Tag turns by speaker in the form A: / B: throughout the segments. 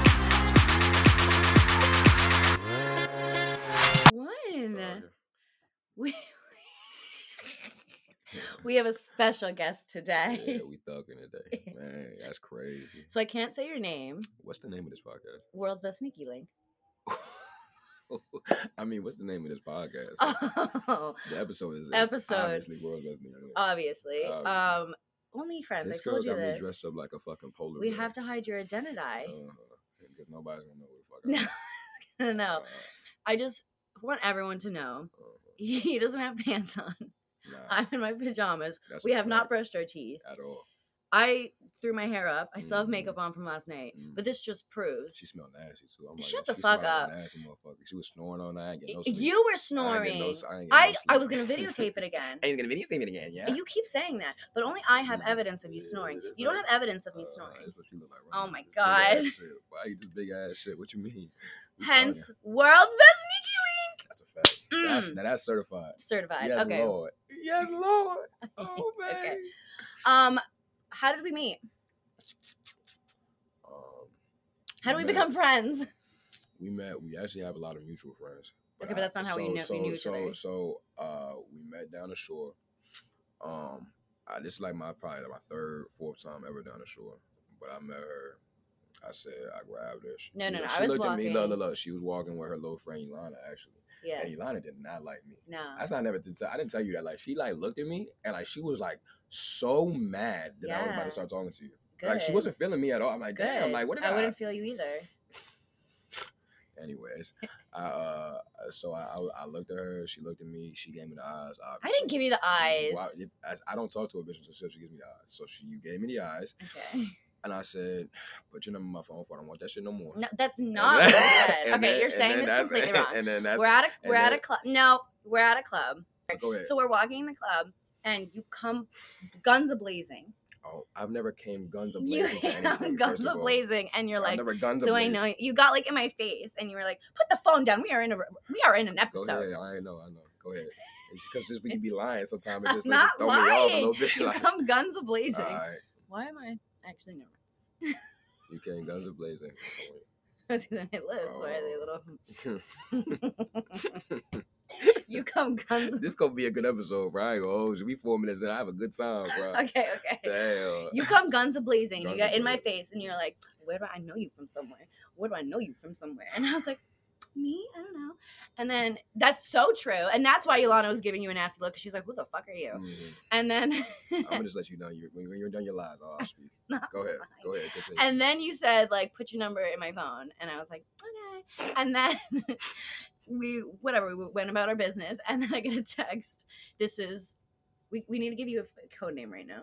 A: We we have a special guest today.
B: yeah, we thugging today. Man, that's crazy.
A: So I can't say your name.
B: What's the name of this podcast?
A: World's best sneaky link.
B: I mean, what's the name of this podcast?
A: Oh,
B: the episode is is
A: Episode. Oh,
B: Obviously, world's best name.
A: obviously.
B: Obviously.
A: Um, only friends.
B: This
A: I told
B: girl
A: you
B: got me
A: this.
B: dressed up like a fucking polar.
A: we have to hide your identity.
B: because nobody's gonna know what the
A: No,
B: fuck. I
A: no.
B: am.
A: I just want everyone to know
B: Uh, uh,
A: he doesn't have pants on.
B: uh-huh. nah,
A: I'm in my pajamas.
B: that's
A: We
B: a
A: have not
B: fact
A: brushed our teeth.
B: at all.
A: I threw my hair up. I still have
B: Mhm.
A: makeup on from last night, but
B: Mhm.
A: this just proves
B: She smelled nasty too. I'm like,
A: Shut
B: yo,
A: the
B: she
A: fuck
B: smelled like
A: up.
B: a Nasty motherfucker. She was snoring all night. I ain't get no
A: Y-
B: sleep.
A: you were
B: I
A: snoring.
B: ain't
A: I,
B: get no s- I, ain't get no
A: I, was
B: sleep.
A: gonna videotape it again.
B: I ain't gonna videotape it again. Yeah.
A: You keep saying that, but only I have
B: Mm,
A: evidence of you
B: yeah,
A: snoring.
B: it is
A: You don't
B: like-
A: have evidence of me
B: Uh,
A: snoring.
B: that's what you look like right
A: Oh
B: now,
A: my
B: this big ass
A: God.
B: shit. Why you this big ass shit? What you mean? We talking.
A: Hence, world's best
B: that's a fact.
A: sneaky link
B: That's
A: Mm,
B: now that's certified.
A: certified.
B: Yes,
A: okay.
B: Lord. Yes, Lord. Oh man.
A: Okay. Um, how did we meet?
B: Um,
A: How do we
B: met-
A: become friends?
B: We met. We actually have a lot of mutual friends.
A: Okay, but that's not how we knew- we knew each
B: so,
A: other.
B: So, uh, we met down the shore. Um, I, this is like my probably like my third, fourth time ever down the shore. But I met her. I said I grabbed her. She,
A: No, no,
B: she
A: no, I was
B: looked at me. Look,
A: walking.
B: look, look. She was walking with her little friend Yolanda actually,
A: Yeah. Uh-huh.
B: and Yolanda did not like me.
A: No.
B: That's not never did tell. I didn't tell you that. Like she like looked at me and like she was like so mad that I was about
A: Yeah.
B: to start talking to you.
A: Good.
B: Like she wasn't feeling me at all. I'm like,
A: good.
B: damn. Like what did I?
A: I wouldn't feel you either.
B: Anyways, I uh, so I, I I looked at her. She looked at me. She gave me the eyes.
A: I didn't give you the
B: Mm,
A: eyes.
B: Well, if- as- I don't talk to a bitch until she gives me the eyes. So she you gave me the eyes,
A: Okay.
B: and I said, "Put your number in my phone. For I don't want that shit no more."
A: No, that's
B: And
A: not what
B: then-
A: I said. Okay,
B: and then-
A: you're
B: and
A: saying
B: then
A: this
B: that's-
A: completely wrong.
B: And then that's
A: we're at a
B: and
A: we're at a
B: then-
A: club. No, we're at a club.
B: go ahead.
A: So we're walking in the club, and you come guns a blazing.
B: oh, I've never came guns a
A: You
B: blazing. to anything,
A: guns
B: first of
A: a
B: all.
A: blazing, and you're like,
B: I've never guns
A: "Do I
B: ablazing.
A: know?" You got like in my face, and you were like, "Put the phone down. We are in a we are in an
B: Go
A: episode."
B: ahead. I know. I know. Go ahead. It's because just when you be lying, sometimes it
A: I'm
B: just, like,
A: not
B: just throw me off a
A: lying.
B: little bit.
A: You
B: like,
A: come guns a blazing.
B: all right,
A: Why am I actually never?
B: you came guns a blazing. Oh,
A: That's because my lips are they
B: Oh.
A: little. you come guns.
B: this gonna be a good episode, bro. I ain't gonna hold you. We four minutes and I have a good time, bro.
A: Okay, okay.
B: Damn.
A: You come guns a blazing.
B: uh, Guns
A: you got in my
B: a-blazing.
A: face, and you're like, "Where do I know you from? Somewhere? Where do I know you from? Somewhere?" And I was like, "Me? I don't know." And then that's so true, and that's why Ilana was giving you a nasty look. 'cause She's like, "Who the fuck are you?"
B: Mhm.
A: And then,
B: I'm gonna just let you know you when, when you're done your lies. I'll speak.
A: Not
B: Go ahead.
A: lying.
B: Go ahead. Continue.
A: and then you said like, "Put your number in my phone," and I was like, "Okay." And then we whatever we went about our business, and then I get a text. This is we we need to give you a f- code name right now,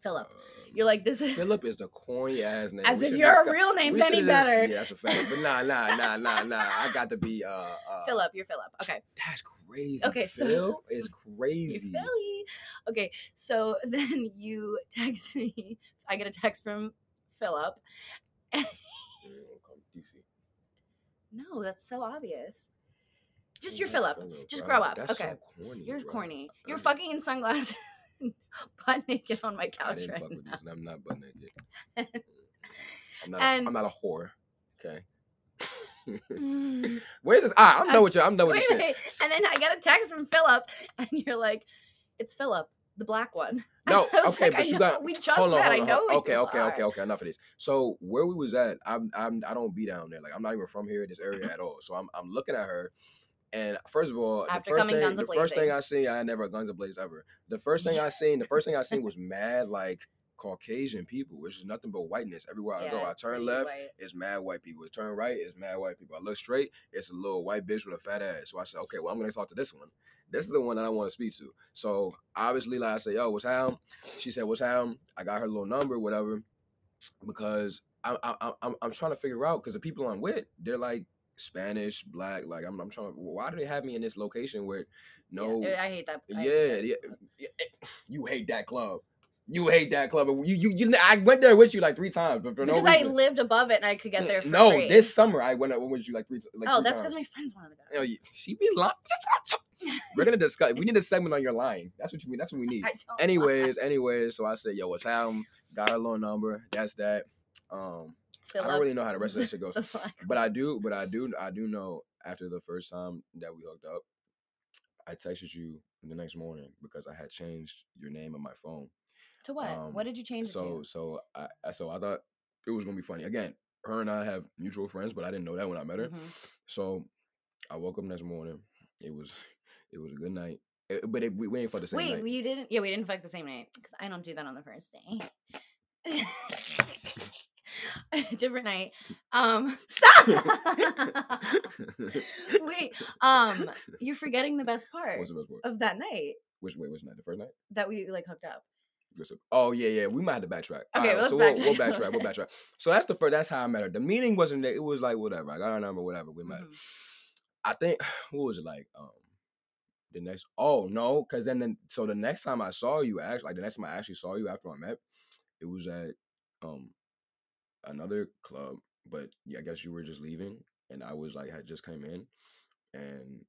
A: Philip.
B: Um,
A: You're like this is
B: Philip is the corny ass name.
A: as
B: We
A: if
B: should
A: your
B: just-
A: real name's
B: we should
A: any
B: just-
A: better.
B: Yeah, that's a fact. But nah, nah, nah, nah, nah. I got to be uh, uh
A: Philip, you're Philip. Okay.
B: That's crazy.
A: Okay, so-
B: Phil is
A: You're
B: crazy.
A: Philly. Okay. So then you text me. I get a text from Philip.
B: Mm, I'm from DC.
A: No, that's so obvious. Just
B: Mm,
A: your
B: I'm
A: Philip.
B: Philip,
A: Just
B: bro.
A: grow up.
B: That's
A: Okay.
B: so corny,
A: You're
B: bro.
A: corny. You're
B: Mm.
A: fucking in sunglasses, butt naked on my
B: I
A: couch
B: didn't
A: right
B: fuck with
A: now.
B: these, and I'm not butt naked. I'm not.
A: And-
B: a, I'm not a whore. Okay.
A: Mm.
B: Where's this? Ah, I'm
A: I-
B: done with you. I'm done with
A: Wait,
B: this shit.
A: wait. And then I get a text from Philip, and you're like, "It's Philip, the black one." And
B: No,
A: I was
B: okay,
A: like,
B: but
A: I
B: you
A: know,
B: got-
A: We just
B: hold on,
A: met.
B: hold on.
A: I know.
B: hold-
A: who
B: okay,
A: you
B: okay,
A: are.
B: okay, okay. Enough of this. So where we was at, I'm, I'm, I don't be down there. Like I'm not even from here, this
A: Mm-hmm.
B: area at all. So I'm, I'm looking at her, and first of all,
A: After
B: the first
A: coming
B: thing,
A: guns
B: the first thing I seen, I never guns ablaze ever. The first thing I seen, the first thing I seen was mad like Caucasian people, which is nothing but whiteness everywhere I go.
A: Yeah,
B: I
A: it's
B: turn
A: pretty
B: left,
A: white.
B: it's mad white people. I turn right, it's mad white people. I look straight, it's a little white bitch with a fat ass. So I said, okay, well, I'm gonna talk to this one. This is the one that I want to speak to. So obviously, like I said, yo, what's happening? She said, what's happening? I got her little number, whatever, because I'm I'm I'm, I'm trying to figure out because the people I'm with, they're like Spanish, black. Like I'm I'm trying. to- Why do they have me in this location where no?
A: Yeah, I hate that. I hate
B: Yeah,
A: that.
B: yeah, yeah, eh, you hate that club. You hate that club. You, you, you I went there with you like three times, but for
A: because
B: no
A: I
B: reason.
A: lived above it and I could get there. For
B: no,
A: free.
B: this summer I went up with you like three. t- Like
A: oh,
B: three
A: that's
B: times.
A: because my friends wanted to
B: You know,
A: go.
B: you- she be lying. We're gonna discuss. We need a segment on your lying. That's what you mean. That's what we need.
A: I don't
B: Anyways, anyways. So I said, yo, what's happening? Got her loan number. That's that. Um,
A: Philip,
B: I don't really know how the rest of that shit goes,
A: the black
B: but I do. But I do. I do know after the first time that we hooked up, I texted you the next morning because I had changed your name on my phone.
A: To what?
B: Um,
A: what did you change it
B: So
A: to?
B: so I I- so I thought it was gonna be funny. Again, her and I have mutual friends, but I didn't know that when I met her.
A: Mhm.
B: So I woke up next morning. It was it was a good night, Eh, but it, we, we ain't for the same
A: Wait,
B: night.
A: you didn't? Yeah, we didn't fuck the same night because I don't do that on the first day. Different night. Um, stop. Wait, um, you're forgetting the best part
B: What's the best part?
A: of that night
B: Which wait, which night? The first night?
A: that we like hooked up.
B: Yes, sir. Oh yeah, yeah. We might have to backtrack.
A: Okay,
B: Alright,
A: let's
B: so we'll, we'll
A: backtrack,
B: backtrack. We'll
A: okay.
B: backtrack. So that's the first. That's how I met her. The meeting wasn't. there. It was like whatever. I got her number. Whatever. We met.
A: Mhm.
B: I think what was it like? Um, the next. Oh no, because then then so the next time I saw you, actually, like the next time I actually saw you after I met, it was at um another club. But yeah, I guess you were just leaving, and I was like had just came in, and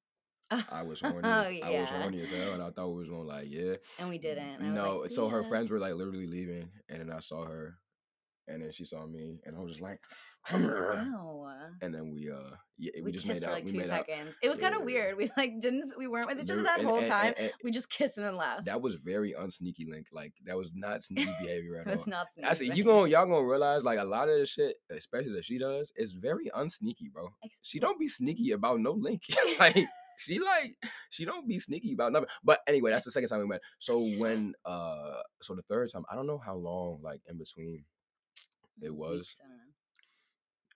B: I was horny. as, I was
A: Oh, yeah.
B: horny as hell, and I thought we was gonna like yeah.
A: And we didn't. I was
B: No,
A: like,
B: so
A: "See
B: her
A: ya."
B: friends were like literally leaving, and then I saw her, and then she saw me, and I was just like, "Come here!"
A: Ow.
B: And then we uh, yeah, we,
A: Oh. We,
B: just
A: kissed
B: made
A: for
B: out.
A: like
B: we
A: two
B: made out.
A: seconds. It was kind of
B: Yeah.
A: weird. We like didn't. We weren't with each other
B: Dude,
A: that
B: and-
A: whole
B: and-
A: time.
B: and- and
A: we just kissed and then left.
B: that was very unsneaky link. Like that was not sneaky behavior at all.
A: was not.
B: I said,
A: sneaky.
B: you gonna y'all gonna realize like a lot of the shit, especially that she does, is very unsneaky, bro.
A: Ex-
B: She don't be sneaky about no link. like she like she don't be sneaky about nothing. But anyway, that's the second time we met. So when uh so the third time, I don't know how long like in between it was.
A: Weeks, I don't know.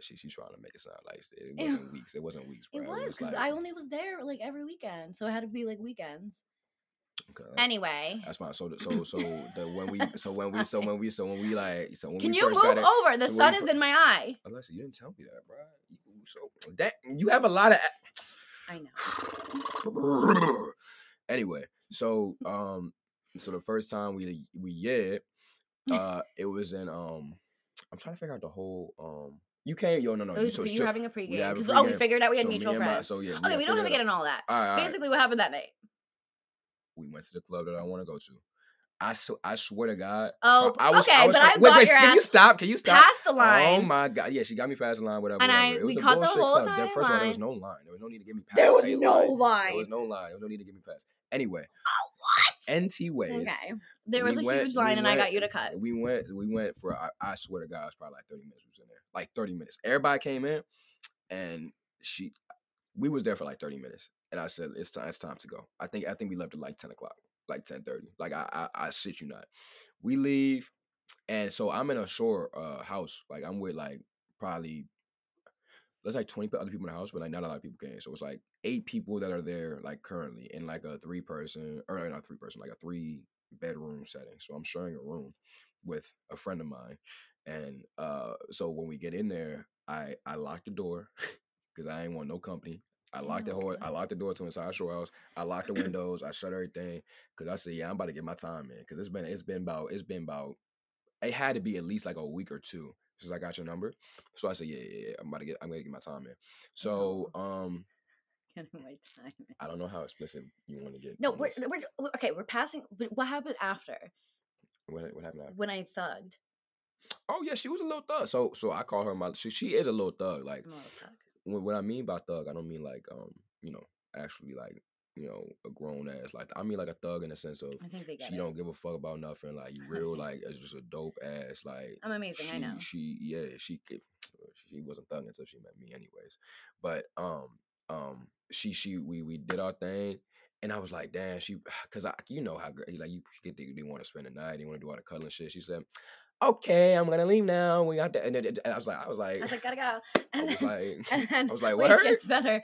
B: she she's trying to make it sound like it
A: Ew.
B: wasn't weeks. It wasn't weeks, bro.
A: It was because I only was there like every weekend, so it had to be like weekends.
B: okay,
A: Anyway,
B: that's fine. So the- so so the when we so when we so when we so when we like so when
A: can
B: we
A: you
B: first
A: move
B: started,
A: over? The
B: so when
A: sun
B: we
A: is
B: fir-
A: in my eye.
B: Alexa, you didn't tell me that, bro. You so that you have a lot of.
A: I know.
B: anyway, so um, so the first time we we yeah, uh, it was in um, I'm trying to figure out the whole um. You came, yo, no, no.
A: It was-
B: so
A: you
B: so-
A: were having a pregame.
B: have a
A: 'cause- oh, we
B: pregame.
A: figured out we had
B: so me
A: mutual
B: and my-
A: friends.
B: so yeah,
A: okay, we don't have to get in all that.
B: All right, all right.
A: Basically, what happened that night?
B: we went to the club that I want to go to. I sw- I swear to God.
A: Oh,
B: I was,
A: okay,
B: I was
A: but I
B: trying-
A: thought
B: wait, wait,
A: your
B: can you
A: ass
B: stop? Can you stop?
A: passed the line.
B: Oh my God! Yeah, she got me past the line. Whatever.
A: And I-
B: whatever. It was
A: we
B: a
A: caught the
B: bullshit
A: whole
B: club. There- First of all, there was
A: timeline.
B: no line. There was no need to get me past.
A: there was
B: a
A: no
B: line.
A: line. Oh,
B: There was no line. There was no need to get me past. Anyway,
A: what?
B: NT ways.
A: Okay. There was
B: we
A: a
B: went-
A: huge
B: we
A: line, and I got
B: went-
A: you to cut.
B: We went. We went for. I, I swear to God, it's probably like thirty minutes. We was in there. Like thirty minutes. Everybody came in, and she. We was there for like thirty minutes, and I said, "It's time. It's time to go." I think. I think we left at like ten o'clock, like ten thirty. Like I, I, I shit you not. We leave, and so I'm in a shore uh, house. Like I'm with like probably. There's like 20 other people in the house, but like not a lot of people came. So it's like eight people that are there like currently in like a three person or not three person, like a three bedroom setting. So I'm sharing a room with a friend of mine. And uh so when we get in there, I I locked the door because I ain't want no company. I locked the
A: Ew.
B: whole I locked the door to inside show house. I locked the windows. I shut everything. Cause I said, yeah, I'm about to get my time in. Cause it's been it's been about it's been about it had to be at least like a week or two since I got your number. So I said, yeah, yeah, yeah I'm about to get I'm gonna get my time
A: Oh.
B: in. So um
A: Getting my time.
B: I don't know how explicit you want to get.
A: No,
B: on
A: we're,
B: this.
A: we're we're- okay. We're passing. But what happened after
B: What, what happened after?
A: when I thugged?
B: Oh yeah, she was a little thug. So so I call her my. She, she is a little thug. Like
A: I'm a little thug.
B: when, what I mean by thug, I don't mean like um you know actually like you know a grown ass. Like I mean like a thug in the sense of
A: I think they get
B: she
A: it.
B: don't give a fuck about nothing. Like you real like it's just a dope ass like.
A: I'm amazing.
B: she,
A: I know.
B: She yeah, she could- she wasn't thugging until she met me anyways. But um um she she we we did our thing and I was like, damn, she cause I you know how gir- like you get they, they want to spend the night, they want to do all the cuddling shit. She said, Okay, I'm gonna leave now. We got that and, then it- and I was like, I was like,
A: I was like, gotta go.
B: I
A: And
B: was
A: then-
B: like,
A: and then
B: I was like,
A: when
B: "Word?"
A: it gets better,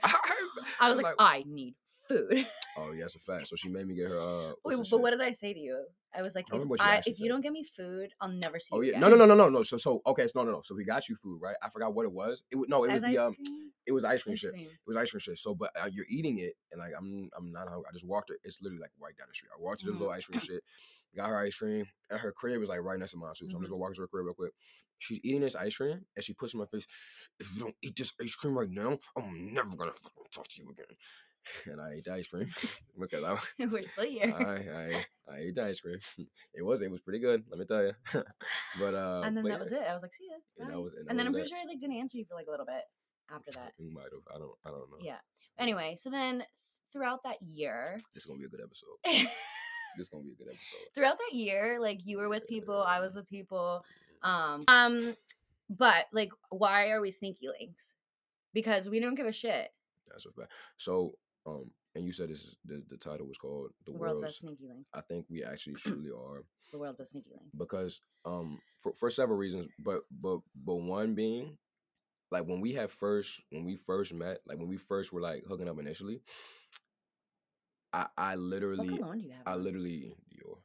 A: I was like, I need food.
B: oh yeah, that's a fact. So she made me get her uh what's
A: Wait,
B: that
A: but
B: shit?
A: what did I say to you? I was like,
B: I
A: if,
B: remember what you
A: I,
B: actually
A: if you
B: said.
A: don't get me food, I'll never see
B: Oh
A: you
B: yeah,
A: again.
B: no, no, no, no, no, no. So, so okay, it's no, no, no. So we got you food, right? I forgot what it was. It was no, it was
A: As ice
B: the um,
A: cream?
B: it was ice cream
A: Ice
B: shit.
A: cream.
B: It was ice cream shit. So, but uh, you're eating it, and like I'm, I'm not hungry. I just walked her. It's literally like right down the street. I walked to the
A: Mhm.
B: little ice cream shit, got her ice cream, and her crib was like right next to mine too. So I'm
A: Mhm.
B: just gonna walk to her crib real quick. She's eating this ice cream, and she puts in my face. If you don't eat this ice cream right now, I'm never gonna fucking talk to you again. And I ate the ice cream because I,
A: We're
B: Uh,
A: still here.
B: I, I, I ate the ice cream. It was, it was pretty good. Let me tell you. but uh,
A: and then
B: but
A: that
B: yeah.
A: was it. I was like, see ya.
B: And that
A: bye."
B: was- and
A: then
B: that was
A: I'm
B: that.
A: pretty sure I like didn't answer you for like a little bit after that.
B: You might have. I don't. I don't know.
A: Yeah. Anyway, so then throughout that year,
B: This is gonna be a good episode. This is gonna be a good episode.
A: throughout that year, like you were with people, I was with people. Um, um, but like, why are we sneaky links? Because we don't give a shit.
B: That's a fact. So, um, and you said this is the, the title was called the
A: The world's
B: world's.
A: best sneaky link.
B: I think we actually truly are
A: The world's best sneaky link.
B: because um for, for several reasons, but but but one being like when we had first when we first met, like when we first were like hooking up initially, I I
A: What
B: literally
A: cologne do you have?
B: I
A: Oh, on?
B: literally Dior.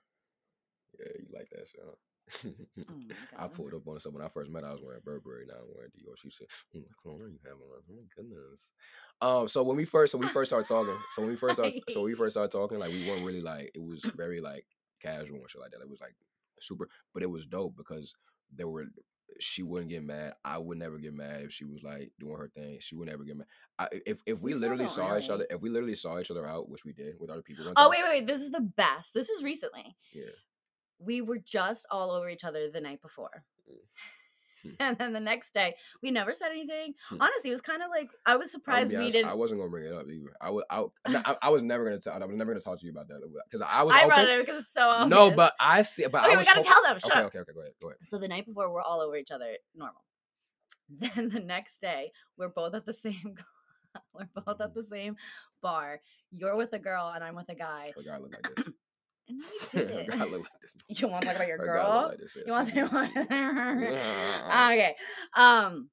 B: Yeah, you like that shit. Huh?
A: Oh my
B: I
A: God.
B: pulled up on stuff when I first met. her, I was wearing Burberry. Now I'm wearing Dior. She said, mm, "What cologne are you having on?" Oh my goodness. Um. So when we first, so we first started talking. So when we first, started, so when we first started talking. Like we weren't really like it was very like casual and shit like that. It was like super, but it was dope because there were. She wouldn't get mad. I would never get mad if she was like doing her thing. She would never get mad. I, if if
A: We
B: we,
A: still
B: literally
A: don't
B: saw each
A: really.
B: other, if we literally saw each other out, which we did with other people. one
A: Oh
B: time,
A: wait, wait, wait. This is the best. This is recently.
B: Yeah.
A: We were just all over each other the night before.
B: Mm.
A: And then the next day, we never said anything.
B: Hmm.
A: Honestly, it was kind of like I was
B: I'ma
A: surprised
B: be
A: we
B: honest,
A: didn't.
B: I wasn't gonna bring it up either. I was, I, no, I, I was never gonna tell. I was never gonna talk to you about that because I was.
A: I
B: open.
A: brought it up because it's so obvious.
B: No, but I see. But
A: okay,
B: I
A: we
B: was.
A: gotta
B: hop-
A: tell them. Shut
B: okay,
A: up.
B: okay, okay. Go ahead. Go ahead.
A: So the night before, we're all over each other, normal. Then the next day, we're both at the same. club, we're both at
B: Mhm.
A: the same bar. You're with a girl and I'm with a guy.
B: Her guy look like this.
A: And no, you
B: Her guy
A: didn't.
B: look like this.
A: You want to talk about your
B: Her
A: girl?
B: guy look like this. Yeah,
A: You want
B: she
A: to?
B: did.
A: She- okay. Um,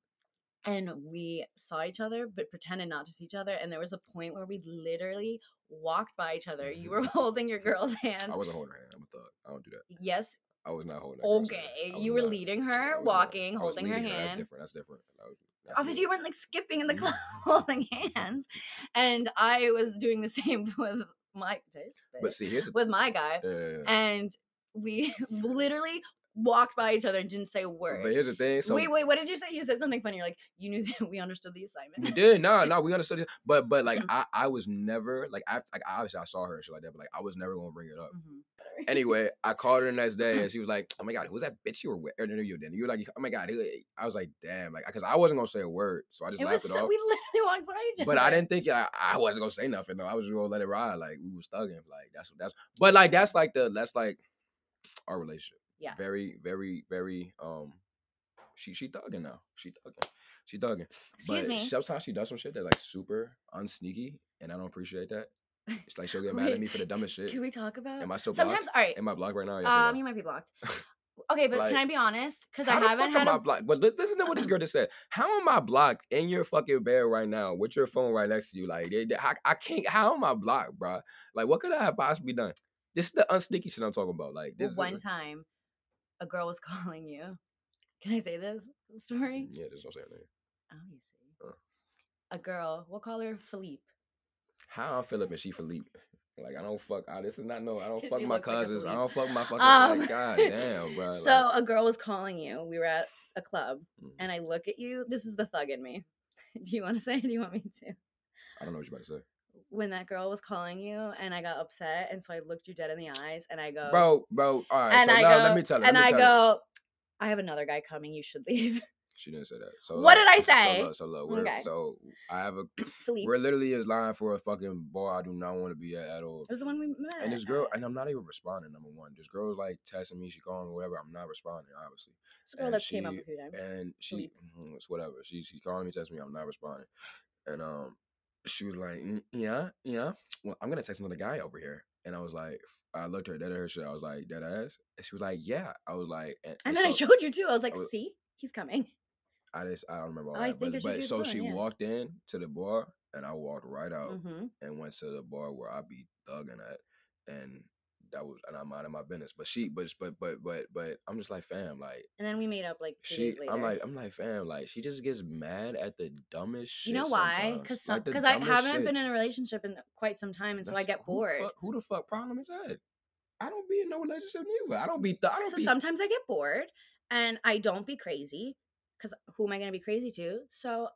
A: and we saw each other, but pretended not to see each other. And there was a point where we literally walked by each other. You were
B: Mhm.
A: holding your girl's hand.
B: I wasn't holding her hand. I'm a thug. I don't do that.
A: Yes.
B: I was not holding. That girl's hand.
A: Okay.
B: I was
A: You were
B: not.
A: leading
B: I was
A: her,
B: not.
A: walking,
B: I was
A: holding her
B: leading That's
A: hand. Oh,
B: different. That's different. That was- that's
A: Obviously, you
B: different.
A: weren't like skipping in the club,
B: Mm.
A: holding hands, and I was doing the same with my did I just spit?
B: But see, here's the.
A: with my guy,
B: yeah, yeah,
A: and we literally walked by each other and didn't say a
B: yeah.
A: word.
B: But here's the thing. So
A: wait, wait, what did you say? You said something funny. You're like, you knew that we understood the assignment.
B: We did, no, no, we understood it. But but like I, I was never like I like obviously I saw her and shit like that, but like I was never gonna bring it up.
A: Mhm.
B: Anyway, I called her the next day and she was like, Oh my god, who's that bitch you were with? Or no, no, you didn't. You were like, Oh my god, who- I was like, damn, like cause I wasn't gonna say a word, so I just
A: It was
B: laughed it
A: so,
B: off.
A: we literally walked by each other.
B: But I didn't think I, I wasn't gonna say nothing though. I was just gonna let it ride. Like we was thugging. Like that's that's but like that's like the that's like our relationship.
A: Yeah.
B: Very, very, very um she she thugging now. She thugging. She thugging.
A: Excuse
B: but
A: me.
B: Sometimes she does some shit that's like super unsneaky, and I don't appreciate that. It's like she'll get mad at me for the dumbest shit.
A: Can we talk about?
B: Am I still
A: Sometimes, all right.
B: Am I blocked right now? Yes or
A: Um,
B: no?
A: you might be blocked. Okay, but
B: Like,
A: can I be honest? Because I
B: How the fuck
A: haven't had
B: am
A: a
B: I blocked? But li- listen to what this girl just said. How am I blocked in your fucking bed right now with your phone right next to you? Like, they- they- I, I can't. How am I blocked, bro? Like, what could I have possibly done? This is the unsneaky shit I'm talking about. Like,
A: Well,
B: this
A: one
B: is
A: time a girl was calling you. Can I say this story?
B: Yeah, there's no saying that.
A: Oh, you see.
B: Uh.
A: A girl, we'll call her Philippe.
B: How I'm Philip and she Philippe. Like, I don't fuck. I, this is not no. I don't
A: 'Cause
B: fuck
A: she
B: my
A: looks like a
B: cousins. I
A: Philippe.
B: don't fuck my fucking.
A: Um,
B: like, God damn, bro.
A: so a girl was calling you. We were at a club
B: Mm.
A: and I look at you. This is the thug in me. Do you want to say it? Do you want me to?
B: I don't know what you're about to say.
A: When that girl was calling you and I got upset and so I looked you dead in the eyes and I go
B: Bro, bro, all right.
A: and
B: so
A: I
B: now
A: go
B: let me tell her.
A: and
B: let me
A: I
B: tell her.
A: go I have another guy coming. You should leave.
B: She didn't say that. So
A: What
B: look,
A: did I
B: So
A: say?
B: look, so look, we're,
A: Okay.
B: so I have a
A: Philippe.
B: we're literally is lying for a fucking bar I do not want to be at at all.
A: It was the one we met.
B: And this girl,
A: at.
B: and I'm not even responding. Number one, this girl's like texting me, she calling me, whatever. I'm not responding, obviously.
A: It's the girl
B: and
A: that came up
B: she-
A: with who died.
B: And she, mhm, it's whatever. She she calling me, texting me. I'm not responding. And um, she was like, "Mm, yeah, yeah. Well, I'm gonna text another guy over here. And I was like, I looked her dead at her shit. I was like, dead ass. And she was like, yeah. I was like, and,
A: And
B: and
A: then I
B: so-
A: showed you too. I was like,
B: I was-
A: see, he's coming.
B: I just I don't remember all
A: I
B: that.
A: think I should
B: But, but
A: do the
B: so
A: blowing,
B: she
A: yeah.
B: walked in to the bar and I walked right out
A: Mm-hmm.
B: and went to the bar where I be thugging at and that was and I'm out of my business. But she but but but but but I'm just like fam, like
A: And then we made up like two
B: she
A: days later.
B: I'm like "Oh, I'm like fam, like she just gets mad at the dumbest shit.
A: you know why? Because
B: sometimes, like, the
A: because I
B: dumbest
A: haven't
B: shit.
A: been in a relationship in quite some time, and so I
B: That's-
A: get
B: who
A: bored.
B: Fuck, who the fuck problem is that? I don't be in no relationship neither. I don't be th- I don't
A: So
B: be
A: sometimes I get bored, and I don't be crazy. Because who am I going to be crazy to? So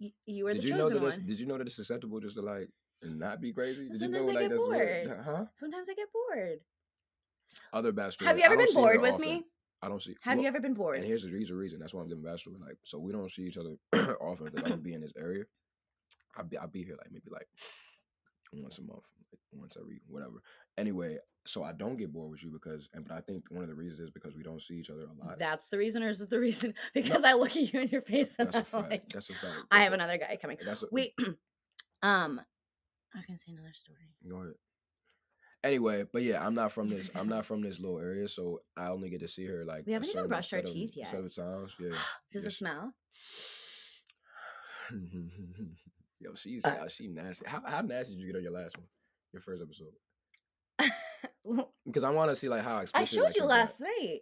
A: y- you were
B: Did
A: the
B: you know
A: chosen
B: that it's,
A: one.
B: did you know that it's acceptable just to like not be crazy? Did you know
A: sometimes I
B: like
A: get
B: that's weird?
A: bored.
B: Huh?
A: Sometimes I get bored.
B: other bachelor.
A: Have you
B: I
A: ever
B: don't
A: been
B: see her
A: bored with
B: often.
A: me?
B: I don't see.
A: Have you
B: well,
A: ever been bored?
B: And here's the reason. reason. That's why I'm giving bachelor. Like, so we don't see each other often because I don't be in this area. I be I be here like maybe like once a month, like once every whatever. Anyway, so I don't get bored with you because, and but I think one of the reasons is because we don't see each other a lot.
A: That's the reason, or is it the reason? Because I look at you in your face and
B: that's a
A: I'm
B: fact.
A: like,
B: that's a fact.
A: I
B: That's
A: have
B: a-
A: another guy coming.
B: That's a,
A: We, um, I was gonna say another story.
B: Go ahead. Anyway, but yeah, I'm not from this. I'm not from this little area, so I only get to see her like
A: We haven't
B: a
A: even
B: certain
A: brushed our
B: set of-
A: teeth yet.
B: Set of times, yeah.
A: Does it
B: Yes.
A: smell?
B: Yo, she's
A: Uh.
B: uh, she nasty. How, how nasty did you get on your last one, your first episode?
A: Well,
B: Because I want to see like how
A: I
B: explicit.
A: showed
B: like,
A: you
B: your back-
A: last night.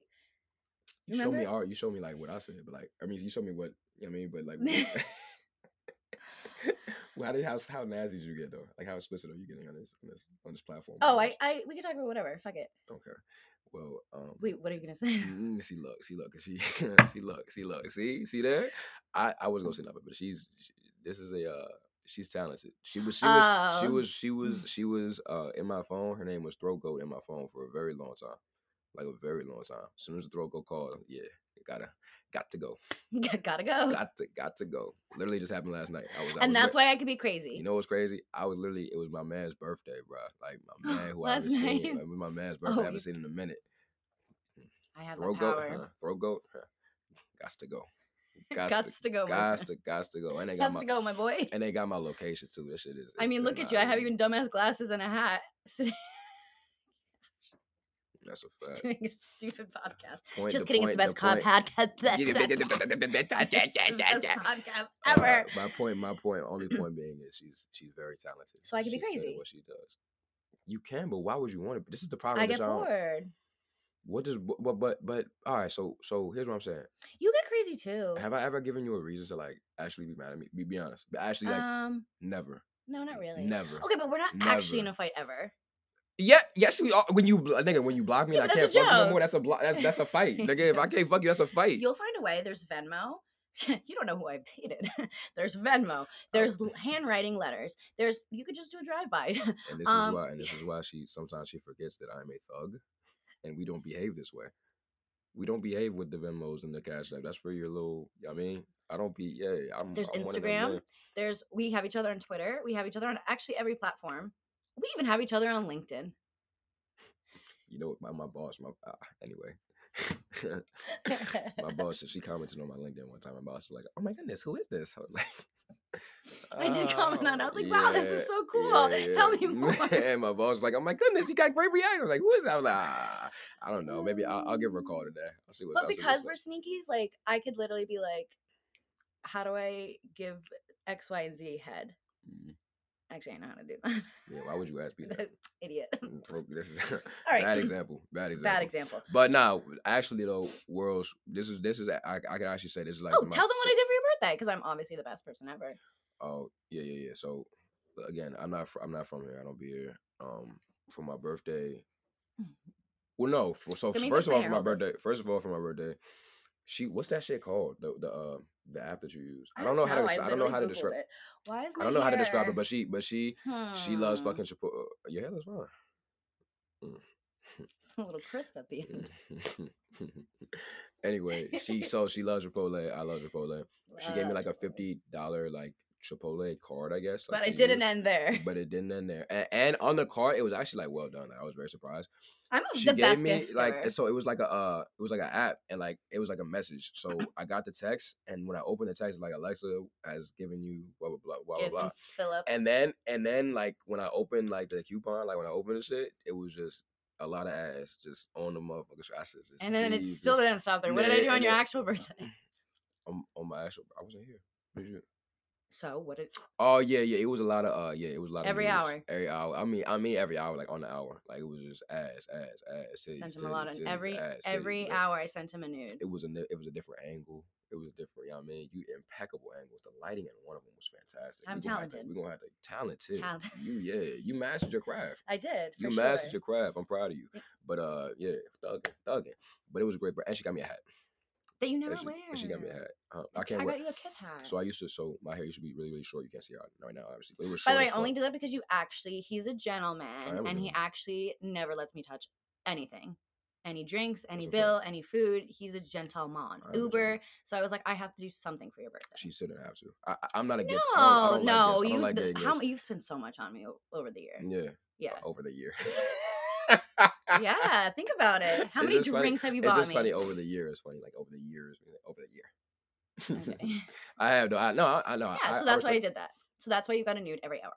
B: You showed me
A: remember?
B: all. You showed me like what I said, but like I mean, you showed me what you know what I mean, but like. what- Well, how did how how nasty did you get though? Like how explicit are you getting on this on this on this platform?
A: Oh,
B: Like,
A: I, I, we can talk about whatever. Fuck it.
B: don't care. Well, um,
A: Wait, what are you gonna say?
B: Mm, she look, she look, she she look, she look. See, see there. I I was gonna say nothing, but she's she, this is a uh, she's talented. She was she was she
A: Oh.
B: was she was she was uh in my phone. Her name was Throw Goat in my phone for a very long time, like a very long time. As soon as Throw Goat called, yeah, gotta got to go,
A: Gotta go.
B: got to got to go. Literally just happened last night. I was I
A: Oh. and
B: was
A: that's
B: re-
A: why I could be crazy.
B: You know what's crazy? I was literally it was my man's birthday, bro. Like my man who I
A: Oh, Last
B: haven't seen,
A: night.
B: like, it was my man's birthday.
A: Oh,
B: I haven't
A: you-
B: seen in a minute.
A: I have the
B: Throw goat,
A: power.
B: huh? throw goat, huh? Gots to go. Gots,
A: Guts to go.
B: to,
A: my
B: gots
A: friend.
B: to, gots to go. And they got
A: Guts
B: my,
A: to go, my boy.
B: and they got my location too. This shit is.
A: I
B: is-
A: mean,
B: is
A: look at
B: not
A: you. I have you
B: real.
A: in dumbass glasses and a hat, sitting
B: That's a fact.
A: doing a stupid podcast.
B: Point,
A: Just
B: the
A: kidding.
B: point,
A: it's the best cod
B: point.
A: podcast.
B: Yeah,
A: It's
B: yeah,
A: the best podcast ever.
B: Uh, my point, my point, only point being is she's she's very talented.
A: So I could be
B: She's good at
A: crazy.
B: What she does, you can, but why would you want to? This is the problem.
A: I
B: this
A: get bored.
B: What does but, but but but all right? So so here's what I'm saying.
A: You get crazy too.
B: Have I ever given you a reason to like actually be mad at me? Be, be honest. But actually, like
A: Um,
B: never,
A: no, not really.
B: never.
A: Okay, but we're not actually in
B: Never.
A: a fight ever.
B: Yeah, yes, we are. When you blo- nigga, when you block me,
A: Yeah,
B: and I
A: but
B: can't
A: that's a
B: fuck you no
A: joke.
B: more. That's a block. That's that's a fight, nigga. If I can't fuck you, that's a fight.
A: You'll find a way. There's Venmo. you don't know who I've dated. there's
B: Oh.
A: Venmo. There's l- handwriting letters. There's you could just do a drive by.
B: and this is
A: um,
B: why. And this is why she sometimes she forgets that I'm a thug, and we don't behave this way. We don't behave with the Venmos and the Cash App. That's for your little. You know what I mean, I don't be. Yeah, I'm.
A: There's
B: I'm one of them,
A: Instagram.
B: yeah.
A: There's we have each other on Twitter. We have each other on actually every platform. We even have each other on LinkedIn.
B: You know, my my boss. My uh, anyway. my boss, she commented on my LinkedIn one time. My boss was like, "Oh my goodness, who is this?" I was like,
A: I did comment on it. I
B: "Oh,
A: was like, wow, this is so cool. Tell me more.
B: And my boss was like, "Oh my goodness, you got great reaction." I was like, "Who is that?" I was like, ah, "I don't know. Maybe I'll, I'll give her a call today. I'll see what."
A: but
B: I'll see
A: because we're
B: what's
A: sneakies, like I could literally be like, how do I give X, Y, and Z head?
B: up."
A: Actually, I know how to do that.
B: Mm-hmm. yeah, why would you ask me that?
A: Idiot.
B: Mm, bro, this is
A: All right.
B: bad example. Bad example.
A: Bad example.
B: But now, actually though, worlds. This is this is. I, I can actually say this is like.
A: oh,
B: my
A: tell them
B: fa-
A: what I did for your birthday because I'm obviously the best person ever.
B: Oh yeah, yeah, yeah. So again, I'm not fr- I'm not from here. I don't be here. Um, for my birthday.
A: Mm-hmm.
B: Well, no. For, so
A: Then we
B: first of
A: can
B: all, for my
A: harold us.
B: birthday. First of all, for my birthday, she what's that shit called? The the uh, the app that you use. I don't know how to
A: I
B: I, don't know
A: literally
B: how to
A: Googled
B: describe.
A: it. Why is
B: I
A: my
B: don't know how to describe
A: hair-
B: it, but she but she she loves
A: Hmm,
B: fucking Chipotle. Your hair looks fine.
A: It's a little crisp at the end.
B: anyway, she so she loves Chipotle. I love Chipotle. She gave me like a fifty dollar like Chipotle card, I guess. like,
A: But
B: to
A: it didn't
B: use.
A: end there.
B: but it didn't end there. And, and on the card, it was actually like well done. Like, I was very surprised.
A: I'm
B: She
A: Oh, the
B: gave
A: best
B: me
A: gift
B: like
A: ever.
B: and so it was like a uh, it was like an app and like it was like a message. So I got the text and when I opened the text, like Alexa has given you blah blah blah blah blah
A: Give
B: blah.
A: him Philip.
B: And then and then like when I opened like the coupon, like when I opened the shit, it was just a lot of ass just on the motherfucker's asses. It's
A: And then it
B: Jesus.
A: still didn't stop there. What did I
B: Yeah,
A: do on
B: and
A: your
B: it-
A: actual birthday?
B: on, on my actual. I wasn't here. Did you?
A: So what did
B: Oh yeah, yeah. It was a lot of uh, yeah. It was a lot of
A: Every
B: noodles.
A: hour.
B: Every hour. I mean, I mean every hour, like on the hour. Like it was just ass, ass, ass. Titties,
A: sent him a lot
B: titties,
A: on
B: titties,
A: every
B: ass, titties,
A: every
B: whatever.
A: hour I sent him a nude.
B: It was a ni- it was a different angle. It was different. You know what I mean, you impeccable angles. The lighting in one of them was fantastic.
A: I'm
B: we gonna have to-
A: talented.
B: we gonna have to talented.
A: Talented.
B: You yeah, you mastered your craft.
A: I did.
B: You
A: For
B: mastered
A: sure.
B: your craft. I'm proud of you.
A: Th-
B: But uh, yeah, thugging, thugging. But it was great. But and she got me a hat.
A: that you never
B: And she,
A: wear.
B: and she got me a hat. Um,
A: I,
B: I can't. wear.
A: got you a kid hat.
B: So I used to. So my hair used to be really, really short. You can't see it right now, obviously. But it was
A: By
B: short.
A: the way, I
B: as fuck.
A: only did that because you actually he's a gentleman
B: am a
A: and he
B: gentleman.
A: actually never lets me touch anything. any drinks, any
B: That's a fact.
A: bill, any food. He's a gentile mon.
B: I understand.
A: Uber. So I was like, I have to do something for your birthday.
B: She shouldn't have to. I, I- I'm not against.
A: no,
B: I don't, I don't
A: no,
B: like this. I
A: you
B: don't like
A: th-
B: getting
A: how
B: this.
A: you've spent so much on me o- over the year.
B: Yeah,
A: Yeah,
B: over the year.
A: yeah. Think about it. How
B: It's
A: many
B: just funny-
A: drinks have you
B: It's
A: bought
B: just
A: me?
B: funny over the year. It's funny like over the years, really, over the year.
A: Okay. yeah,
B: I have no. I no. I, I know. I,
A: so that's
B: I
A: why I
B: respect-
A: did that. So that's why you got a nude every hour.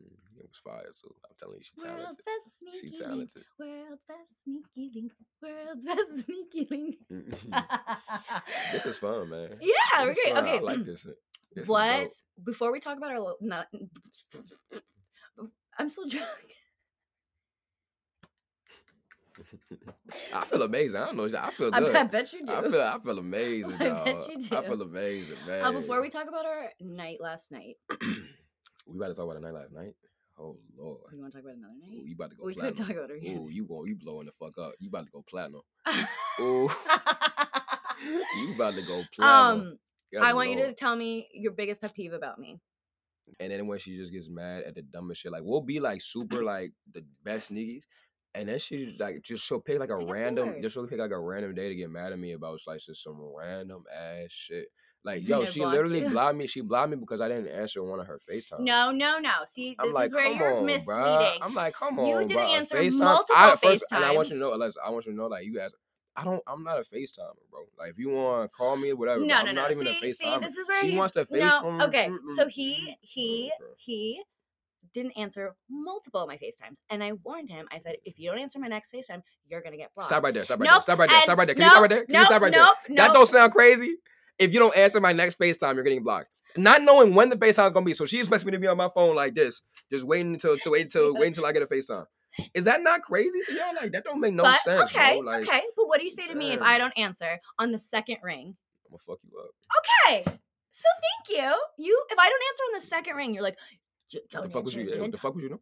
B: Mm, It was fire. So I'm telling you, she's
A: World's
B: talented.
A: best
B: She's
A: sneaky link.
B: talented.
A: World's best sneaky link. World's best sneaky link.
B: Mhm. this is fun, man.
A: Yeah, we're
B: This is
A: great.
B: fun.
A: Okay, mm,
B: I like this. uh, this is
A: what?
B: dope.
A: Before we talk about our lo- not, I'm still drunk.
B: I feel amazing. I don't know. I feel
A: I,
B: good.
A: I bet you do.
B: I feel I feel amazing.
A: I bet
B: dawg.
A: you
B: I
A: do.
B: feel amazing, man.
A: uh, before we talk about our night last night,
B: we about to talk about the night last night. Oh lord,
A: you want to talk about another
B: Ooh,
A: night?
B: you about to go
A: we could
B: platinum.
A: talk about it again.
B: Ooh, you want you blowing the fuck up? You about to go platinum? Ooh, you about to go platinum?
A: um,
B: Good
A: I want you to
B: lord.
A: tell me your biggest pet peeve about me.
B: And then when she just gets mad at the dumbest shit, like we'll be like super like the best niggas, and then she just, like just she'll pick like a
A: Like, I'm
B: random,
A: bored.
B: just she'll pick like a random day to get mad at me about like just some random ass shit. Like
A: And
B: yo,
A: then
B: she
A: block
B: literally
A: you.
B: blocked me. She blocked me because I didn't answer one of her Facetime.
A: No, no, no. See,
B: Uh, I'm
A: this
B: like,
A: is where
B: come
A: you're
B: on,
A: misleading.
B: bruh. I'm like, come
A: You
B: on,
A: didn't
B: bruh. A
A: answer
B: FaceTime?
A: multiple
B: I, first, and I want
A: FaceTimes.
B: you to know, Alexa, I want you to know, like, you guys, I don't, I'm not a FaceTimer, bro. Like, if you want to call me or whatever,
A: no,
B: but I'm
A: no,
B: not
A: no.
B: even a
A: See, see,
B: FaceTimer.
A: this is where
B: she
A: he's,
B: wants to FaceTime.
A: no. Okay,
B: mm,
A: so
B: mm, mm,
A: he, he,
B: mm, bruh.
A: he didn't answer multiple of my Facetimes, and I warned him. I said, if you don't answer my next Facetime, you're gonna get blocked.
B: Stop right there. Stop right there.
A: Nope,
B: Stop right there.
A: and
B: Stop right there. Can you
A: nope,
B: stop right there? Can you stop right there?
A: nope,
B: That
A: nope.
B: don't sound crazy. If you don't answer my next FaceTime, you're getting blocked. Not knowing when the FaceTime is gonna be. So she expects me to be on my phone like this, just waiting until to wait until wait until I get a FaceTime. Is that not crazy to y'all? Like that don't make no
A: but
B: sense.
A: okay,
B: bro. Like,
A: okay. But what do you say to me if
B: damn.
A: I don't answer on the second ring?
B: I'm gonna fuck you up.
A: Okay, so thank you. You, if I don't answer on the second ring, you're like, "J-
B: What the
A: don't
B: fuck was
A: answer
B: you? eh, What
A: again."
B: the fuck was you doing?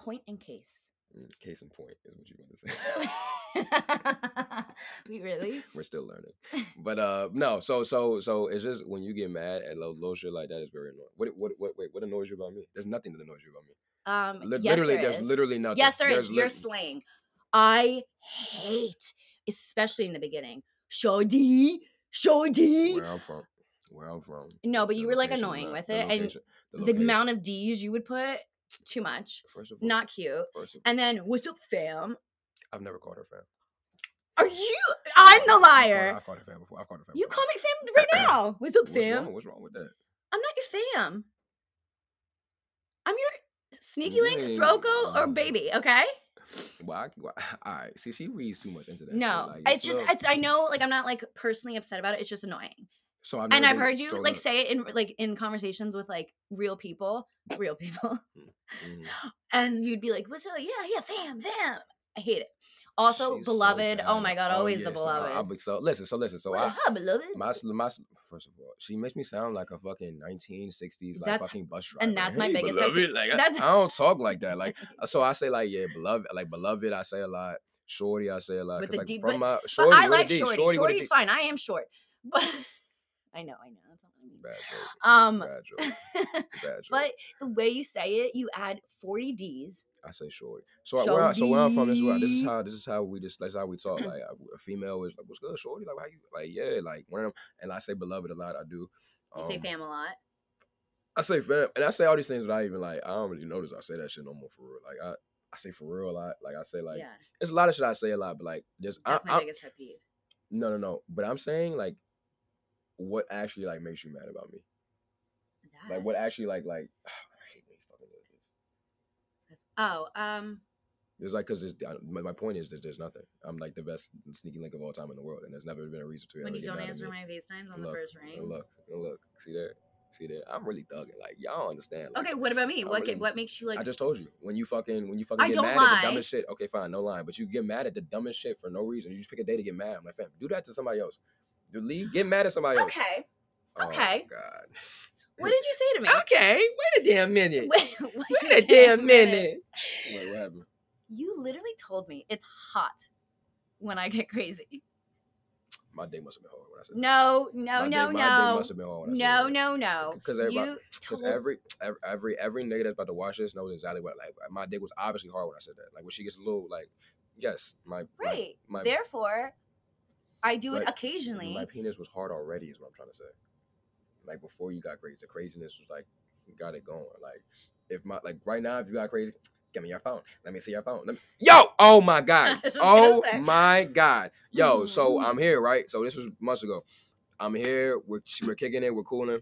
A: Point in case.
B: Mm, Case in point is what you want to say.
A: we really?
B: We're still learning, but uh, no. So so so it's just when you get mad at low, low shit like that is very annoying. What what what wait? What annoys you about me? There's nothing that annoys you about me.
A: Um,
B: Lit-
A: yes,
B: literally,
A: there
B: there's
A: is.
B: literally nothing.
A: Yes, there
B: there's
A: is. You're
B: lit-
A: slaying. I hate, especially in the beginning. Shorty, shorty.
B: Where I'm from. Where I'm from.
A: No, but
B: the
A: you were like
B: location
A: annoying
B: ma-
A: with
B: the
A: it, and
B: location-
A: The
B: location-
A: amount of D's you would put, too much.
B: First of all,
A: Not cute.
B: First of all,
A: And then, what's up, fam?
B: I've never called her fam.
A: Are you? I'm
B: I've
A: the
B: called- I've called her-
A: liar.
B: I've called her fam before. I've called her fam.
A: You
B: before.
A: call me fam right now. What's up,
B: What's wrong?
A: fam?
B: What's wrong with that?
A: I'm not your fam. I'm your sneaky link,
B: Yeah.
A: Throco, or baby. Okay.
B: Why? I- why all right. See, she reads too much into that. shit,
A: No,
B: like,
A: it's just
B: little-
A: it's. I know, like I'm not like personally upset about it. It's just annoying.
B: so I've
A: and
B: never
A: I've
B: been-
A: heard you
B: so
A: like
B: look,
A: say it in like in conversations with like real people, real people,
B: mm,
A: and you'd be like, "What's up? Yeah, yeah, fam, fam." I hate it. Also,
B: she's so
A: beloved. oh
B: bad.
A: my god, always the
B: yeah, so I-
A: beloved.
B: I, be- so listen. So listen. So
A: What
B: I.
A: up, beloved?
B: My, s- my s- first of all, she makes me sound like a fucking 1960s like
A: That's-
B: fucking bus driver.
A: and that's my
B: Hey,
A: biggest pet
B: beloved.
A: peeve.
B: Like I-
A: That's-
B: I don't talk like that. Like uh, so I say like yeah, beloved, like beloved. I say a lot. Shorty, I say a lot.
A: With
B: 'cause,
A: the
B: like
A: D-
B: from
A: but-
B: my
A: but
B: shorty,
A: I
B: with a
A: like
B: D,
A: shorty.
B: shorty with a
A: Shorty's
B: D.
A: fine. I am short, but I know, I know. That's not what I mean.
B: Bad joke.
A: Um,
B: bad joke. Bad joke.
A: but the way you say it, you add 40 D's.
B: I say shorty. So I- where I, so where I'm from, this is where, this is
A: Shorty.
B: how this is how we just that's how we talk. Like I- a female is like, what's good, shorty? Like how you like yeah, like one of them. And I say beloved a lot. I do.
A: You say
B: Um,
A: fam a lot.
B: I say fam, and I say all these things without even like I don't really notice. I say that shit no more for real. Like I, I say for real a lot. Like I say like
A: yeah,
B: it's a lot of shit I say a lot, but like just I,
A: that's my
B: I,
A: biggest pet peeve.
B: no no no. But I'm saying like what actually like makes you mad about me? Like
A: That-
B: what actually like like I hate when you fucking do this.
A: that's- Oh, um,
B: It's like because my, my point is that there's nothing. I'm like the best sneaky link of all time in the world, and there's never been a reason to
A: when
B: ever
A: you
B: get
A: don't
B: mad at
A: answer
B: me.
A: my FaceTimes on
B: look,
A: the first
B: And
A: ring.
B: Look, and look, see there, see there. I'm really thugging. Like y'all don't understand. Like,
A: Okay, what about me?
B: I
A: What
B: really-
A: get, what makes you like?
B: Um, I just told you when you fucking when you fucking
A: I
B: get
A: don't
B: mad at
A: lie.
B: the dumbest shit. Okay, fine, no line, but you get mad at the dumbest shit for no reason. You just pick a day to get mad. I'm like, fam, do that to somebody else. Do leave, get mad at somebody else.
A: okay,
B: Oh,
A: okay.
B: God.
A: what did you say to me?
B: Okay. Wait a damn minute.
A: Wait,
B: Wait a damn minute. Wait, what happened?
A: You literally told me it's hot when I get crazy.
B: My day must have been hard when I said
A: No,
B: that.
A: no,
B: my
A: no,
B: day, My day
A: no.
B: must have been hard when I said
A: No,
B: that.
A: no, no.
B: 'Cause everybody-
A: you
B: Because
A: told
B: every, every every every nigga that's about to watch this knows exactly what like my dick was obviously hard when I said that. Like when she gets a little like, yes, my my-
A: right.
B: my-
A: Therefore, I do it
B: Like,
A: occasionally.
B: My penis was hard already, is what I'm trying to say. Like before you got crazy, the craziness was like got it going. Like if my like right now, if you got crazy, give me your phone. Let me see your phone. Let me... Yo, oh my god,
A: I was just gonna
B: oh
A: say.
B: my god, yo. So
A: Mhm.
B: I'm here, right? So this was months ago. I'm here. We're we're kicking it. We're cooling.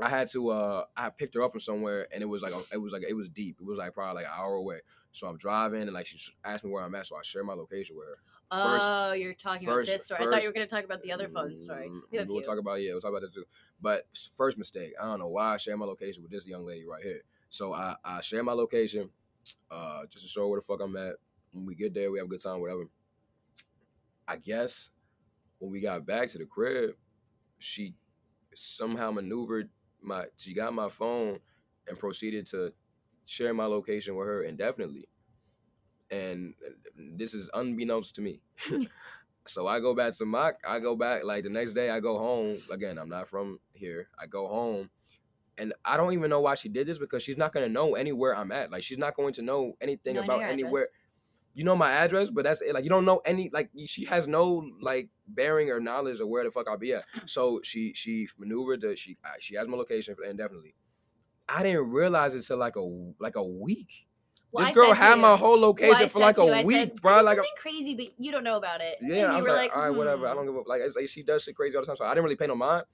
B: I had to. uh I picked her up from somewhere, and it was like a, it was like it was deep. It was like probably like an hour away. So I'm driving, and like she asked me where I'm at, so I shared my location with her. first-
A: oh, you're talking
B: first-
A: about this story. I thought you
B: first-
A: were going to talk about the other phone story.
B: Mm,
A: You have
B: We'll
A: you.
B: talk about yeah, we'll talk about this too. But s- first mistake, I don't know why I shared my location with this young lady right here. So I I share my location, uh, just to show her where the fuck I'm at. When we get there, we have a good time, whatever. I guess when we got back to the crib, she somehow maneuvered my she got my phone and proceeded to share my location with her indefinitely. And uh, this is unbeknownst to me. So I go back to my, I go back like the next day. I go home again. I'm not from here. I go home, and I don't even know why she did this because she's not gonna know anywhere I'm at. Like she's not going to know anything
A: No, I know
B: about
A: your address.
B: anywhere. You know my address, but that's it. Like you don't know any. Like she has no like bearing or knowledge of where the fuck I'll be at. So she she maneuvered. The, she uh, she has my location indefinitely. I didn't realize it till like a like a week.
A: Well,
B: this
A: I
B: girl
A: said to
B: had my
A: you-
B: whole
A: well,
B: location
A: I said
B: for like
A: to
B: a
A: you, I
B: week,
A: said,
B: bro.
A: "This
B: Like a-
A: isn't crazy, but you don't know about it.
B: yeah,
A: and
B: I
A: you
B: was
A: were
B: like,
A: like,
B: all right, whatever. I
A: hmm.
B: don't give a like. It's, like, she does shit crazy all the time, so I didn't really pay no mind.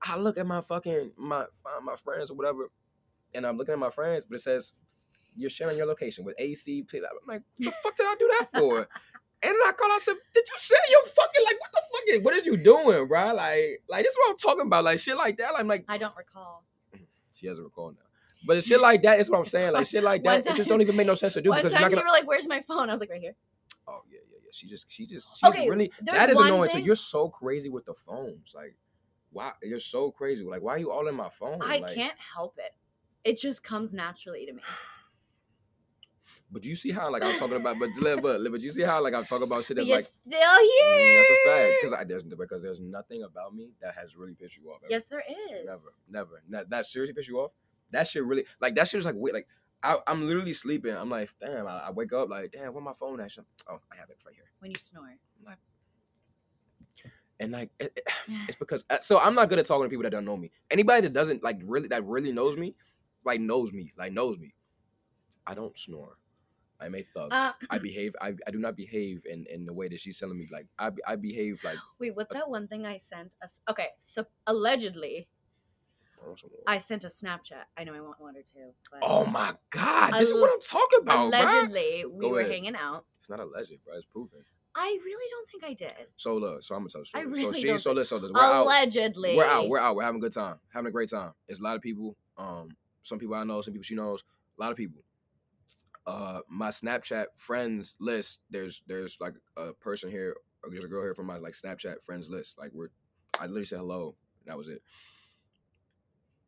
B: I look at my fucking my find my friends or whatever, and I'm looking at my friends, but it says you're sharing your location with AC. I'm like, what the fuck did I do that for? And then I called. I said, "Did you share your fucking like what the fuck? Is, what are you doing, bro? Like, like this is what I'm talking about. Like shit like that. Like, I'm like
A: I don't recall.
B: she doesn't recall now, but it's shit like that. It's what I'm saying. Like shit like
A: One
B: that. it just
A: time-
B: don't even make no sense to do
A: One
B: because you're not
A: time
B: gonna.
A: you were like, "Where's my phone?" I was like, "Right here."
B: Oh yeah, yeah, yeah. She just, she just, she
A: Okay,
B: really.
A: there's
B: That is
A: one
B: annoying
A: thing-
B: too. You're so crazy with the phones. Like, why you're so crazy? Like, why are you all in my phone?
A: I
B: like,
A: can't help it. It just comes naturally to me.
B: But you see how like I'm talking about, but but but you see how like I'm talking about shit
A: But
B: that's
A: you're
B: like
A: still
B: mm,
A: here.
B: that's a fact because I there's because there's nothing about me that has really pissed you off. ever.
A: Yes, there is.
B: Never, never. Not, that seriously pissed you off? That shit really like that shit was like wait like I, I'm literally sleeping. I'm like damn. I, I wake up like damn. Where my phone at? She's like, Oh, I have it right here.
A: When you snore.
B: And like it- it- It's because uh, so I'm not good at talking to people that don't know me. Anybody that doesn't like really that really knows me, like knows me, like knows me. I don't snore. I'm a thug.
A: Uh,
B: I behave. I, I do not behave in, in the way that she's telling me. Like I be- I behave like
A: wait, what's that one thing I sent us? Okay, so allegedly,
B: I don't snore.
A: I sent a Snapchat. I know I want one or two. But
B: oh my god! This is what
A: Alle-
B: I'm talking about, bruh.
A: Allegedly, we
B: Go
A: were
B: ahead.
A: hanging out.
B: It's not a legend, bro. It's proven.
A: I really don't think I did.
B: So look, so I'm gonna tell the
A: I
B: story. so
A: really
B: she,
A: don't
B: so
A: think-
B: listen, so listen. We're out.
A: allegedly,
B: We're out. We're out. We're having a good time. Having a great time. It's a lot of people. Um, some people I know, some people she knows. A lot of people. Uh, my Snapchat friends list. There's there's like a person here. Or there's a girl here from my like Snapchat friends list. Like we're, I literally said hello. And that was it.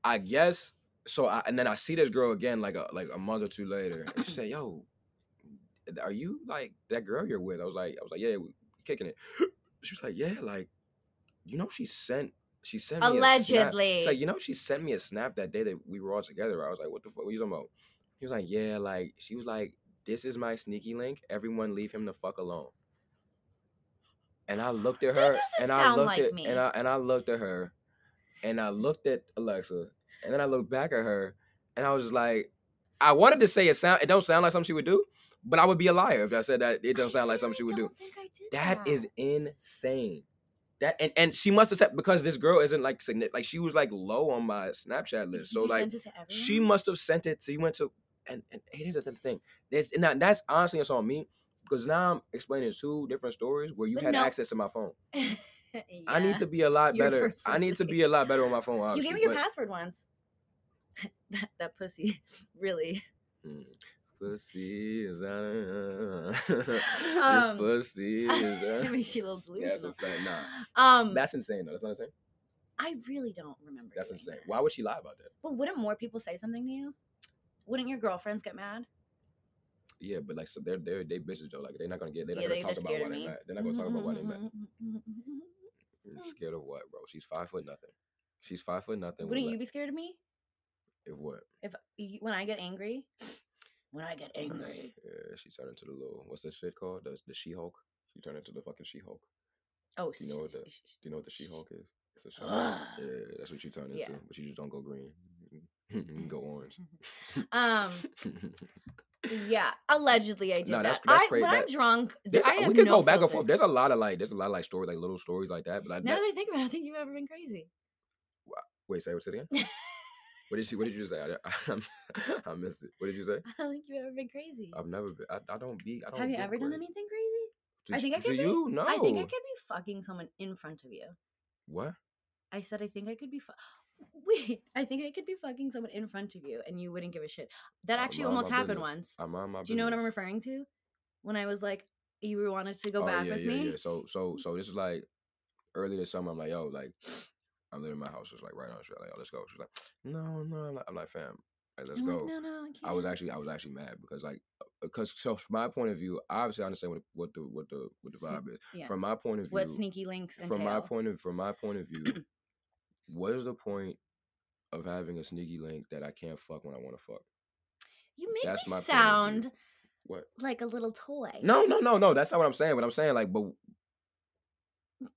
B: I guess so. I, and then I see this girl again like a like a month or two later. And she said, "Yo, are you like that girl you're with?" I was like, I was like, "Yeah, we kicking it." She was like, "Yeah, like, you know, she sent." She sent me a snap."
A: allegedly.
B: It's like, you know, she sent me a snap that day that we were all together. I was like, what the fuck? What you talking about? He was like, yeah, like, she was like, this is my sneaky link. Everyone leave him the fuck alone. And I looked at
A: That
B: her,
A: doesn't
B: and I
A: sound
B: looked
A: like
B: at,
A: me.
B: and I and I looked at her, and I looked at Alexa, and then I looked back at her, and I was just like, I wanted to say it sound, it don't sound like something she would do, but I would be a liar if I said that it don't sound like something she would do. That is insane. That and, and she must have said because this girl isn't like significant. Like she was like low on my Snapchat list. So like she
A: Mm.
B: must have sent it. So you went to and and here's the thing. That's and that- that's honestly it's on me because now I'm explaining two different stories where you
A: But
B: had
A: no.
B: access to my phone. I need to be a lot
A: You're
B: better.
A: first
B: I need to
A: mistake.
B: be a lot better on my phone.
A: You
B: Obviously,
A: gave me your
B: but-
A: password once. that, that pussy, really.
B: Mm. Pussy is out of-
A: Um,
B: this pussy is out
A: it
B: of-
A: makes you a little
B: Yeah, that's a
A: delusional.
B: fact. Nah,
A: Um,
B: that's insane though. That's not insane.
A: I really don't remember.
B: That's
A: doing
B: insane.
A: that.
B: Why would she lie about that?
A: But wouldn't more people say something to you? Wouldn't your girlfriends get mad?
B: Yeah, but like so they're they're they bitches though. Like they're not gonna get they're not
A: Yeah,
B: gonna
A: they-
B: talk
A: they're
B: about why
A: scared
B: they're
A: of me.
B: mad. They're not gonna talk about why they're mad.
A: mm-hmm,
B: Scared of what, bro? She's five foot nothing. She's five foot nothing. with
A: Wouldn't
B: le-
A: you be scared of me
B: If what?
A: if y- when I get angry? When I get angry.
B: Yeah, she turned into the little. What's that shit called? The, the She Hulk. She turned into the fucking She Hulk.
A: Oh,
B: You know
A: sh-
B: what
A: sh- sh-
B: Do you know what the She Hulk is? It's a show.
A: Ugh.
B: yeah, that's what she turned into.
A: Yeah.
B: But she just don't go green. go orange.
A: um. Yeah. Allegedly, I did
B: No, that's-
A: that.
B: that's
A: I,
B: crazy.
A: When I'm
B: That-
A: drunk,
B: There's
A: I
B: a-
A: have
B: we can
A: no
B: go back and
A: filter.
B: forth. There's a lot of like, there's a lot of like story, like little stories like that. But I,
A: Now
B: Uh, that,
A: that I think about it, I think you've ever been crazy.
B: wait, say what's it again? what did she? What did you say? I, I, I missed it. What did you say?
A: I think you've ever been crazy.
B: I've Oh, never been. I, I don't be. I don't.
A: Have you
B: get
A: ever done
B: crazy.
A: anything crazy?
B: To,
A: I
B: sh-
A: think I
B: to
A: could be-
B: you? No.
A: I think I could be fucking someone in front of you.
B: What?
A: I said I think I could be. Fu- Wait, I think I could be fucking someone in front of you, and you wouldn't give a shit. That
B: I
A: actually
B: mind Oh, my
A: almost happened
B: business.
A: once.
B: I mind my.
A: Do you know what I'm
B: business.
A: referring to? When I was like, you wanted to go
B: Oh,
A: back
B: yeah,
A: with
B: yeah,
A: me.
B: Yeah. So so so this is like early this summer. I'm like, yo, like I'm living in my house, just like right on the street. Like, yo, let's go. She's like, no, no. I'm like, I'm like fam, like, let's
A: I'm
B: go.
A: like, Oh, no, no, I,
B: I was
A: can't."
B: actually I was actually mad because like because so from my point of view, obviously I understand what what the what the what the
A: Sne-
B: vibe is.
A: yeah.
B: From my point of view,
A: what sneaky links and
B: from my point of from my point of view, what is the point of having a sneaky link that I can't fuck when I want to fuck?
A: You make
B: that's
A: me
B: my point of view.
A: sound
B: What?
A: like a little toy.
B: No, no, no, no. That's not what I'm saying. But I'm saying like, but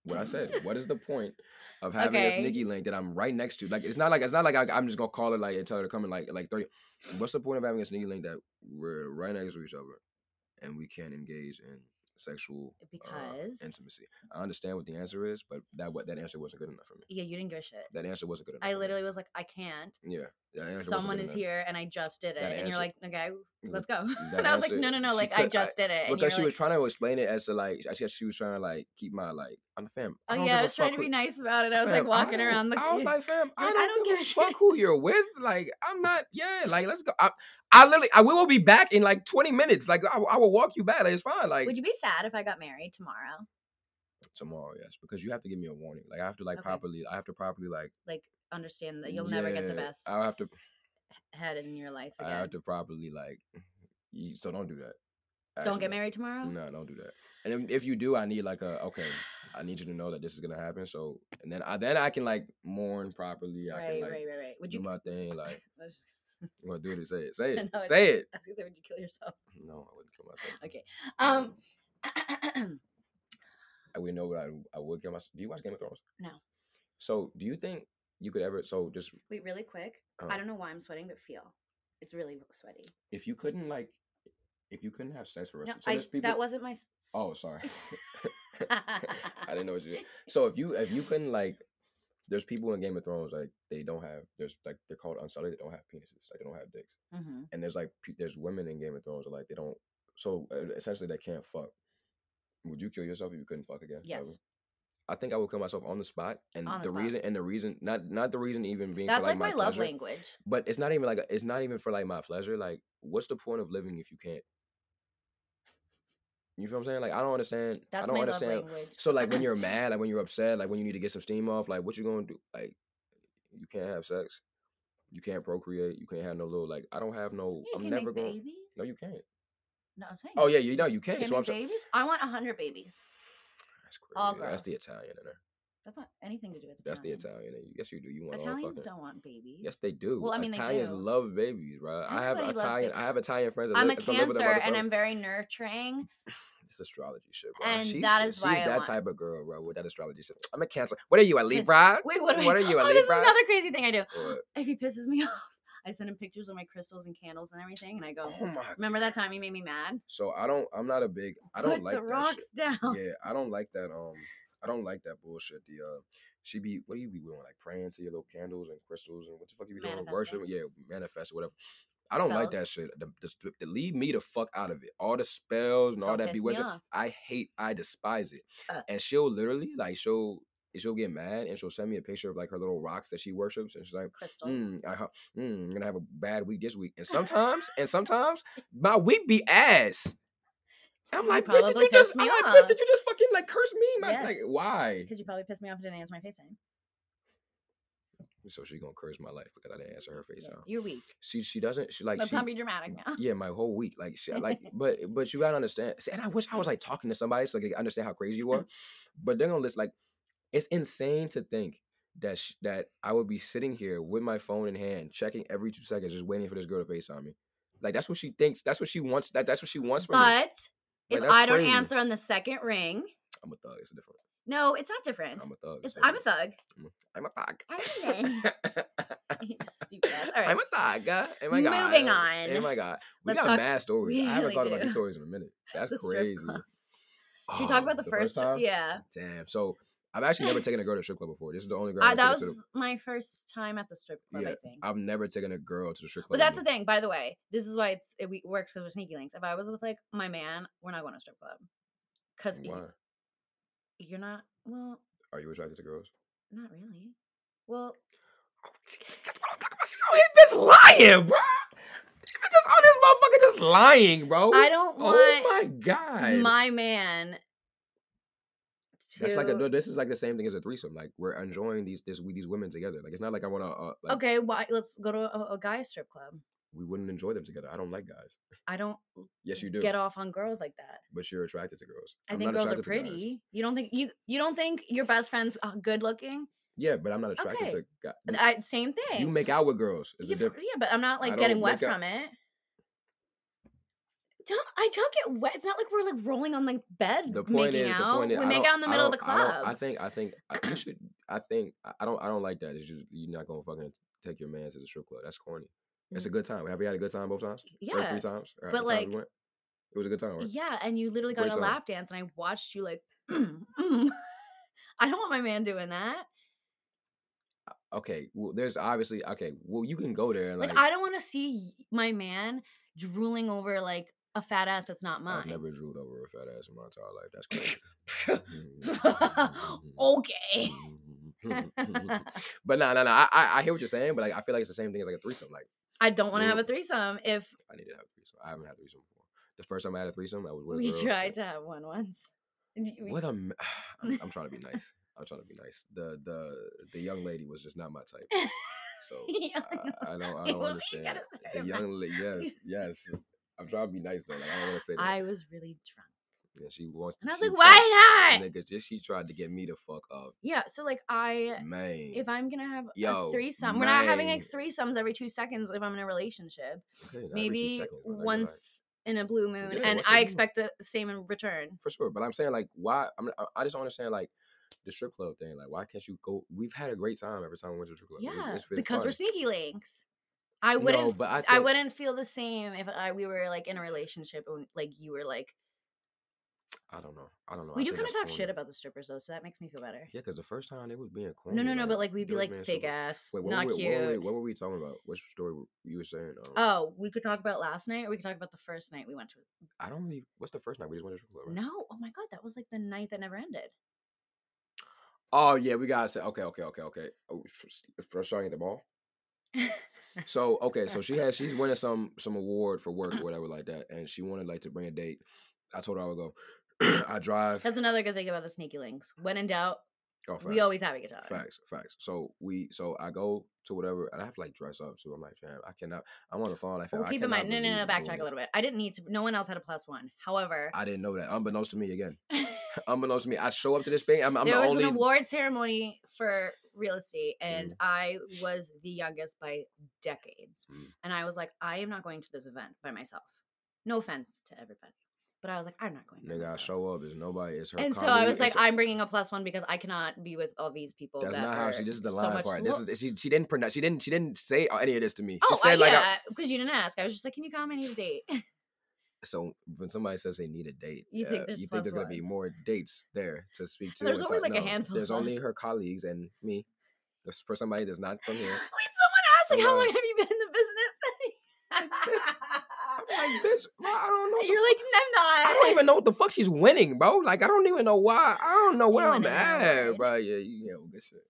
B: what I said. what is the point of having a
A: Okay.
B: sneaky link that I'm right next to? Like, it's not like it's not like I, I'm just gonna call it like and tell her to come in like like thirty. What's the point of having a sneaky link that we're right next to each other and we can't engage in sexual uh,
A: because
B: intimacy? I understand what the answer is, but that what that answer wasn't good enough for me.
A: yeah, you didn't give a shit.
B: That answer wasn't good enough.
A: I
B: for me.
A: literally was like, I can't.
B: yeah. that answer wasn't
A: Someone
B: good
A: is
B: enough.
A: here, and I just did it.
B: That
A: and you're like,
B: answer-
A: okay,
B: Mm,
A: let's go.
B: that
A: and I was like,
B: answer-
A: no, no, no.
B: she
A: Like I
B: could- I-
A: just did it. And you're
B: Because she
A: like,
B: was trying to explain it as to like, I guess she was trying to like keep my like, I'm the fam. I
A: Oh
B: don't give
A: yeah,
B: a
A: I was trying
B: fuck
A: to
B: who-
A: be nice about it. I was like
B: Fam,
A: walking
B: don't-
A: around the.
B: I was like, fam, I
A: like,
B: don't, give, a fuck who you're with. Like, I'm not. Yeah, like, let's go. I, I literally, I will be back in like 20 minutes. Like, I, I will walk you back. Like, it's fine. Like
A: Would you be sad if I got married tomorrow?
B: tomorrow, yes, because you have to give me a warning. Like, I have to like
A: Okay.
B: properly. I have to properly like.
A: Like, understand that you'll never get the
B: yeah,
A: best
B: I have to.
A: head in your life
B: I have
A: again.
B: to properly like. You, so don't do that.
A: Don't
B: Actually,
A: get married tomorrow.
B: No, don't do that. And if, if you do, I need like a okay. I need you to know that this is gonna happen. So and then I then I can like mourn properly. I
A: Right,
B: can like
A: right, right, right. Would
B: do
A: you?
B: my thing. Like
A: I was just-
B: I'm gonna do it. Say it. Say
A: I
B: it.
A: know, I
B: say it.
A: I was gonna say, would you kill yourself?
B: No, I wouldn't kill myself.
A: Okay. Um.
B: I would know what I, I would kill myself. Do you watch Game of Thrones?
A: No.
B: So do you think you could ever? So just
A: wait, really quick.
B: uh,
A: I don't know why I'm sweating, but feel it's really sweaty.
B: if you couldn't like if you couldn't have sex for the
A: No,
B: rest of so
A: I,
B: there's people.
A: that wasn't my. s- s-
B: oh, sorry. I didn't know what you did. So if you if you couldn't like, there's people in Game of Thrones like they don't have there's like they're called unsullied. They don't have penises. Like they don't have dicks.
A: Mhm.
B: And there's like pe- there's women in Game of Thrones that like they don't. So uh, essentially, they can't fuck. Would you kill yourself if you couldn't fuck again? ever?
A: Yes.
B: I think I would kill myself on the spot, and
A: On
B: the,
A: the spot.
B: reason and the reason not not the reason even being for,
A: That's like, my, love
B: pleasure,
A: language.
B: But it's not even like a, it's not even for like my pleasure. Like, what's the point of living if you can't? You feel what I'm saying? Like, I don't understand.
A: That's
B: I don't
A: my
B: understand.
A: love language.
B: So like when you're mad, like when you're upset, like when you need to get some steam off, like what you gonna do? Like you can't have sex, you can't procreate, you can't have no little like I don't have no.
A: Yeah, you
B: I'm
A: can
B: never
A: make
B: going. to
A: babies.
B: No, you can't.
A: No, I'm saying.
B: Oh yeah, you know you can't.
A: Can
B: so I'm
A: make
B: saying
A: babies? I want hundred babies.
B: that's crazy.
A: All
B: That's the
A: girls.
B: Italian in her.
A: That's not anything to do with
B: That's
A: Italian.
B: the Italian. in you. Yes, you do. You want all
A: Italians
B: fucking.
A: don't want babies.
B: Yes, they do.
A: Well, I mean, they
B: Italians
A: do.
B: love babies, bro. I have
A: Everybody loves
B: Italian.
A: babies.
B: I have Italian friends. That
A: I'm a
B: live, that live with
A: Cancer
B: their
A: and
B: motherfucker.
A: I'm very nurturing.
B: This astrology shit, bro.
A: and
B: she's,
A: that is
B: she's
A: why I
B: that
A: want-
B: type of girl, bro. With that astrology shit. I'm a Cancer. What are you, a Libra?
A: Wait, what, am I-
B: What are you, a
A: Oh, this is
B: Libra?
A: another crazy thing I do.
B: Or-
A: If he pisses me off, I send him pictures of my crystals and candles and everything, and I go,
B: Oh my.
A: "Remember that time you made me mad?
B: So I don't. I'm not a big. I don't
A: Put
B: like
A: the
B: that
A: rocks down."
B: shit. Yeah, I don't like that. Um, I don't like that bullshit. The uh, she be what do you be doing? Like praying to your little candles and crystals and what the fuck you be doing? Worship?
A: Manifesting.
B: Yeah, manifest or whatever. I don't
A: Spells.
B: like that shit. The, the, st- the leave me the fuck out of it. All the spells and all
A: Don't
B: that
A: piss me
B: bewitching.
A: off.
B: I hate. I despise it.
A: Uh.
B: And she'll literally like she'll she'll get mad and she'll send me a picture of like her little rocks that she worships and she's like.
A: Crystals.
B: Mm, I ho- mm, I'm gonna have a bad week this week, and sometimes, and sometimes my week be ass. I'm
A: You
B: like, bitch, did
A: probably
B: you just?
A: pissed
B: I'm
A: me
B: like, bitch,
A: off."
B: did you just fucking like curse me? My, Like,
A: Yes.
B: why?
A: Because you probably pissed me off and didn't answer my FaceTime.
B: So she gonna curse my life because I didn't answer her face
A: Yeah,
B: out.
A: You're weak.
B: She she doesn't she like
A: Let's
B: she,
A: not be dramatic now.
B: yeah my whole week like she like but but you gotta understand. See, and I wish I was like talking to somebody so they could understand how crazy you are. But they're gonna listen like It's insane to think that sh- that I would be sitting here with my phone in hand, checking every two seconds, just waiting for this girl to FaceTime me. Like that's what she thinks. That's what she wants. That that's what she wants from me.
A: But if
B: that's
A: I don't
B: crazy.
A: answer on the second ring,
B: I'm a thug. It's a different.
A: no, it's not different.
B: I'm a thug.
A: it's
B: different.
A: I'm a thug.
B: I'm a thug.
A: You Stupid ass. All right.
B: I'm a thug. uh, Oh my god.
A: Moving
B: Oh
A: on.
B: my god. We
A: Let's
B: got
A: talk-
B: mad stories.
A: we
B: I haven't
A: really
B: thought about
A: do.
B: these stories in a minute. That's
A: The strip
B: crazy.
A: club. she talked
B: Oh,
A: about the, first,
B: time.
A: yeah.
B: Damn. So I've actually never taken a girl to a strip club before. This is the only girl
A: I,
B: I've
A: that
B: never taken to.
A: was my first time at the strip club,
B: Yeah,
A: I think.
B: the- I've never taken a girl to the strip club.
A: but that's the
B: before.
A: thing, by the way. This is why it's it we- works because we're sneaky links. If I was with like my man, we're not going to a strip club because
B: Why?
A: you're not. Well,
B: Are you attracted to girls?
A: not really. Well,
B: Oh, jeez, That's what I'm talking about. She don't hit this lying, bro. Just on this motherfucker just lying, bro.
A: I don't
B: Oh
A: want
B: my god.
A: my, man. To,
B: That's like a, no, this is like the same thing as a threesome. Like we're enjoying these this we these women together. Like it's not like I want to. Uh, like,
A: okay. Why? Let's go to a, a guy strip club.
B: We wouldn't enjoy them together. I don't like guys.
A: I don't
B: Yes, you do.
A: get off on girls like that.
B: But you're attracted to girls.
A: I
B: I'm
A: think
B: not
A: girls are
B: attracted to guys.
A: pretty. You don't think you you don't think your best friend's uh, good looking?
B: Yeah, but I'm not attracted
A: Okay.
B: to guys.
A: I, same thing.
B: You make out with girls. It's
A: yeah,
B: a
A: f-
B: different.
A: yeah, but I'm not
B: I
A: like
B: don't
A: getting wet
B: make up-
A: from it. Don't I don't get wet. It's not like we're like rolling on the bed
B: The point
A: making
B: is, the
A: out.
B: point is,
A: we
B: I
A: make
B: don't-
A: out in the
B: I
A: middle of the
B: don't- I don't-
A: club.
B: I think, I think I, you should. I think I- I don't. I don't like that. It's just you're not gonna fucking take your man to the strip club. That's corny. It's a
A: Mm.
B: good time. Have we had a good time both times? Or
A: yeah.
B: three times. Or
A: but,
B: the time we
A: like,
B: went? it was a good time. Right?
A: Yeah, and you literally got
B: Great
A: a
B: time.
A: lap dance and I watched you like mm. I don't want my man doing that.
B: Okay. Well, there's obviously okay. Well, you can go there and
A: Like,
B: like.
A: I don't want to see y- my man drooling over like a fat ass that's not
B: I've
A: mine.
B: never drooled over a fat ass in my entire life. That's crazy.
A: okay.
B: Mm-hmm. but no, no, no. I, I I hear what you're saying, but like I feel like it's the same thing as like a threesome. Like
A: I don't want to have
B: Well,
A: a threesome if
B: I need to have a threesome. I haven't had a threesome before. The first time I had a threesome, I was with a
A: we
B: girl.
A: tried to have one once. And y- we-
B: What a m- I'm, I'm trying to be nice. I'm trying to be nice. The the the young lady was just not my type. So
A: Yeah, I know.
B: I, I don't I
A: Why you
B: don't
A: gotta
B: understand.
A: say it
B: The
A: like-
B: young lady, yes, yes. I'm trying to be nice though. Like, I don't want to say that.
A: I was really drunk.
B: and she wants. To,
A: And I was
B: she
A: like,
B: tried-
A: why not?
B: Nigga, just she tried to get me to fuck up,
A: Yeah, so like I
B: man.
A: if I'm gonna have
B: Yo,
A: a threesome, we're not having like
B: man.
A: threesomes every two seconds if I'm in a relationship.
B: Okay, not every two
A: Maybe
B: seconds, but, like, you're right.
A: once in a blue moon,
B: Yeah,
A: and
B: once in a
A: I
B: blue moon.
A: expect the same in return.
B: for sure. But I'm saying like why I'm I- I just don't understand like the strip club thing. Like why can't you go? We've had a great time every time we went to the strip club.
A: Yeah,
B: It's- it's been
A: because we're
B: fun.
A: sneaky links. I
B: No,
A: wouldn't.
B: but I
A: I
B: think-
A: wouldn't feel the same if I, we were like in a relationship and like you were like.
B: I don't know. I don't know.
A: We
B: Oh, I
A: do
B: think
A: kind of
B: that's
A: talk
B: corny.
A: shit about the strippers though, so that makes me feel better.
B: Yeah, because the first time they was being corny.
A: No, no, no, but like we'd
B: they
A: be
B: was
A: like
B: being
A: fake
B: super-
A: ass,
B: Wait, what
A: not
B: were we,
A: cute.
B: What were, we, what were we talking about? Which story were- you were saying? Um,
A: Oh, we could talk about last night, or we could talk about the first night we went to.
B: I don't really. What's the first night we just went to the strip club? right?
A: No, oh my god, that was like the night that never ended.
B: Oh yeah, we gotta say okay, okay, okay, okay. Oh, first starting at the ball. So okay, so she has she's winning some some award for work or whatever like that, and she wanted like to bring a date. I told her I would go. I drive.
A: That's another good thing about the sneaky links. When in doubt,
B: Oh,
A: we
B: facts.
A: always have a good time.
B: Facts, facts. So we, so I go to whatever, and I have to like dress up too. I'm like, fam, I cannot. I'm on the phone. Like, fam,
A: Well,
B: I
A: keep in mind, no,
B: cannot
A: no, no,
B: believe I'm doing
A: backtrack a
B: this.
A: little bit. I didn't need to. No one else had a plus one. However,
B: I didn't know that. Unbeknownst to me, again,
A: there
B: unbeknownst to me, I show up to this thing. I'm, I'm the
A: was
B: only.
A: an award ceremony for real estate, and I was the youngest by decades.
B: Mm.
A: And I was like, I am not going to this event by myself. No offense to everybody, but I was like, I'm not going. By
B: Nigga, I
A: myself.
B: show up. It's nobody. It's her.
A: and so I
B: colleague,
A: was like,
B: it's-
A: I'm bringing a plus one because I cannot be with all these people.
B: that's
A: that
B: not how she.
A: are
B: This is the
A: so
B: line
A: much
B: part. this
A: lo-
B: is she. She didn't pronounce. She didn't. She didn't say any of this to me. She
A: Oh, I,
B: said like, I-
A: yeah, because you didn't ask. I was just like, "Can you come? I need a date."
B: so when somebody says they need a date,
A: You think
B: uh,
A: there's
B: you think there's
A: plus
B: gonna be
A: ones.
B: more dates there to speak to?
A: There's
B: and
A: only,
B: talk-
A: like, a
B: no,
A: handful
B: There's
A: of
B: only
A: us.
B: her colleagues and me. That's For somebody that's not from
A: Wait,
B: here.
A: someone asked, like, how
B: Someone-
A: long have you been in the business?
B: I'm like, bitch, bro, I don't know. what the
A: You're like, I'm not.
B: I don't even know what the fuck she's winning, bro. Like, I don't even know why. I don't know where
A: You
B: I'm
A: winning an
B: at,
A: award.
B: bro. Yeah, you know, good shit.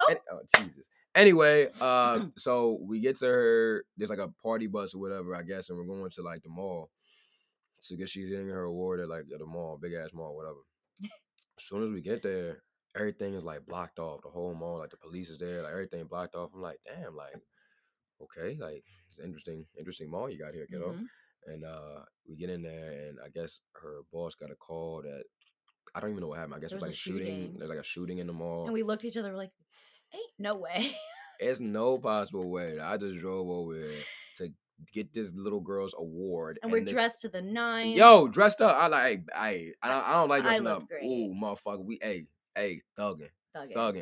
A: Oh.
B: An- oh, Jesus. Anyway, uh, so we get to her. There's like a party bus or whatever, I guess, and we're going to like the mall. So I guess she's getting her award at like at the mall, big ass mall, whatever. as soon as we get there, everything is like blocked off. The whole mall, like the police is there, like everything blocked off. I'm like, damn, like, okay, like it's interesting, interesting mall you got here, kiddo.
A: Mhm.
B: And uh we get in there and I guess her boss got a call that I don't even know what happened. I guess
A: There
B: it was like
A: was
B: a
A: a
B: shooting.
A: shooting.
B: There's like a shooting in the mall.
A: And we looked at each other. We're like, "Ain't no way."
B: It's no possible way. that I just drove over here to get this little girl's award.
A: And we're
B: this-
A: dressed to the nines.
B: Yo, dressed up. I like. Hey, hey, I, don't- I don't like
A: I
B: dressing
A: look
B: up.
A: great.
B: Ooh, motherfucker. We hey, hey, thugging,
A: Thug it.
B: thugging.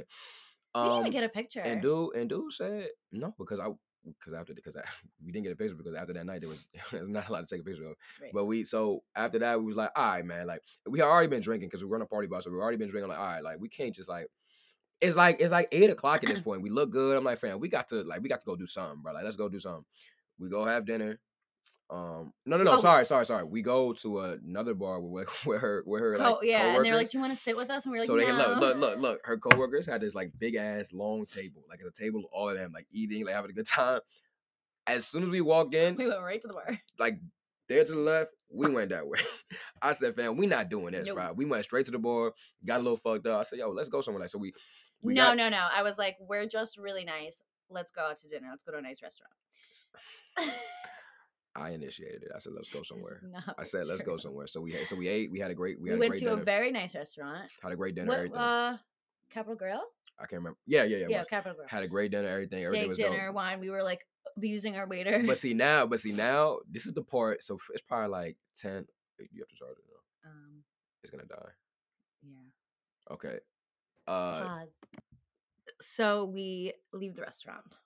A: we didn't
B: Um,
A: even get a picture.
B: and dude, and dude said no because I because after because I, we didn't get a picture because after that night there was there's not a lot to take a picture of.
A: Right.
B: But we so after that we was like, all right, man, like we had already been drinking because we were on a party bus, so we already been drinking. Like, all right, like we can't just like it's like it's like eight o'clock at this point. We look good. I'm like, fam, we got to like we got to go do something, bro. Like, let's go do something. We go have dinner. Um, no, no, no.
A: Oh.
B: Sorry, sorry, sorry. We go to another bar where where her where her like
A: Co- yeah, and they're
B: coworkers-
A: like, "Do you want to sit with us?" And we are like,
B: so they
A: no.
B: look, look, look, look. Her coworkers had this like big ass long table, like a table of all of them, like eating, like having a good time. As soon as we walked in,
A: We went right to the bar.
B: like there to the left, we went that way. I said, "Fam, we not doing this,
A: Nope.
B: bro. We went straight to the bar, got a little fucked up. I said, "Yo, let's go somewhere." Like, so we, we
A: no,
B: got-
A: no, no. I was like, "We're just really nice. Let's go out to dinner. Let's go to a nice restaurant."
B: I initiated it. I said, "Let's go
A: It's
B: somewhere."
A: not
B: I said, "Let's
A: true.
B: go somewhere." So we, had- so we ate. We had a great, we
A: We,
B: had a
A: went
B: great
A: to
B: dinner.
A: a very nice restaurant.
B: had a great dinner.
A: What?
B: everything.
A: Uh, Capital Grill.
B: I can't remember. Yeah, yeah, yeah.
A: Yeah,
B: it was.
A: Capital Grill.
B: Had a great dinner. Everything. everything
A: Steak
B: was
A: dinner,
B: dope.
A: wine. We were like abusing our waiter.
B: But see now, but see now, this is the part. So it's probably like ten. eh, You have to charge it. Now.
A: um,
B: It's gonna die.
A: yeah.
B: Okay. Uh,
A: Pause. So we leave the restaurant.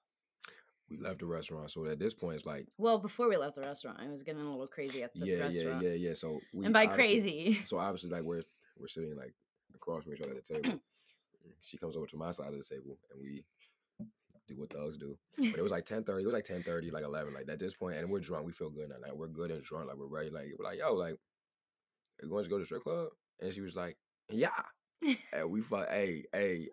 B: we left the restaurant, so at this point, it's like
A: Well, before we left the restaurant, I was getting a little crazy at the
B: yeah,
A: restaurant.
B: yeah, yeah, yeah. So we
A: and by
B: obviously-
A: crazy,
B: So obviously, like we're we're sitting like across from each other at the table. she comes over to my side of the table, and we do what thugs do. But it was like ten thirty. It was like ten thirty, like eleven, like at this point, and we're drunk. We feel good now. Like we're good and drunk. Like we're ready. Like we're like yo, like you want to go to the strip club? And she was like, yeah. And we fuck, hey, hey.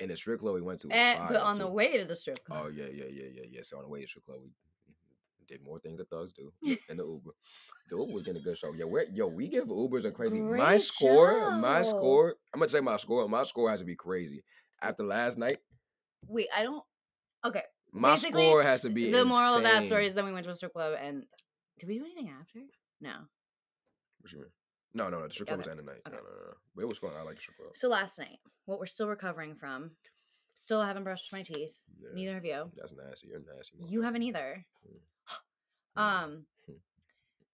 B: And the strip club we went to, was
A: and,
B: fire,
A: Eh, but on
B: too.
A: the way to the strip
B: Oh
A: club,
B: yeah, yeah, yeah, yeah, yeah. So on the way to strip club, we mm-hmm, did more things that thugs do in the Uber. The Uber was getting a good show. Yeah, we're, yo, we give Ubers a crazy. my
A: Great
B: score, my
A: show.
B: score. I'm gonna check my score. My score has to be crazy. After last night,
A: wait, I don't. Okay,
B: my
A: Basically,
B: score has to be.
A: the moral of that story
B: insane.
A: is then we went to a strip club and did we do anything after? No.
B: What you mean? No, no, no. The strip club was at the end of the
A: okay.
B: night. No, no, no, no. But it was fun. I like the strip club.
A: So last night, what we're still recovering from, still haven't brushed my teeth.
B: Yeah.
A: Neither of you.
B: That's nasty. You're nasty.
A: You
B: motherfucker.
A: haven't e either.
B: Mm.
A: Um,
B: Hmm.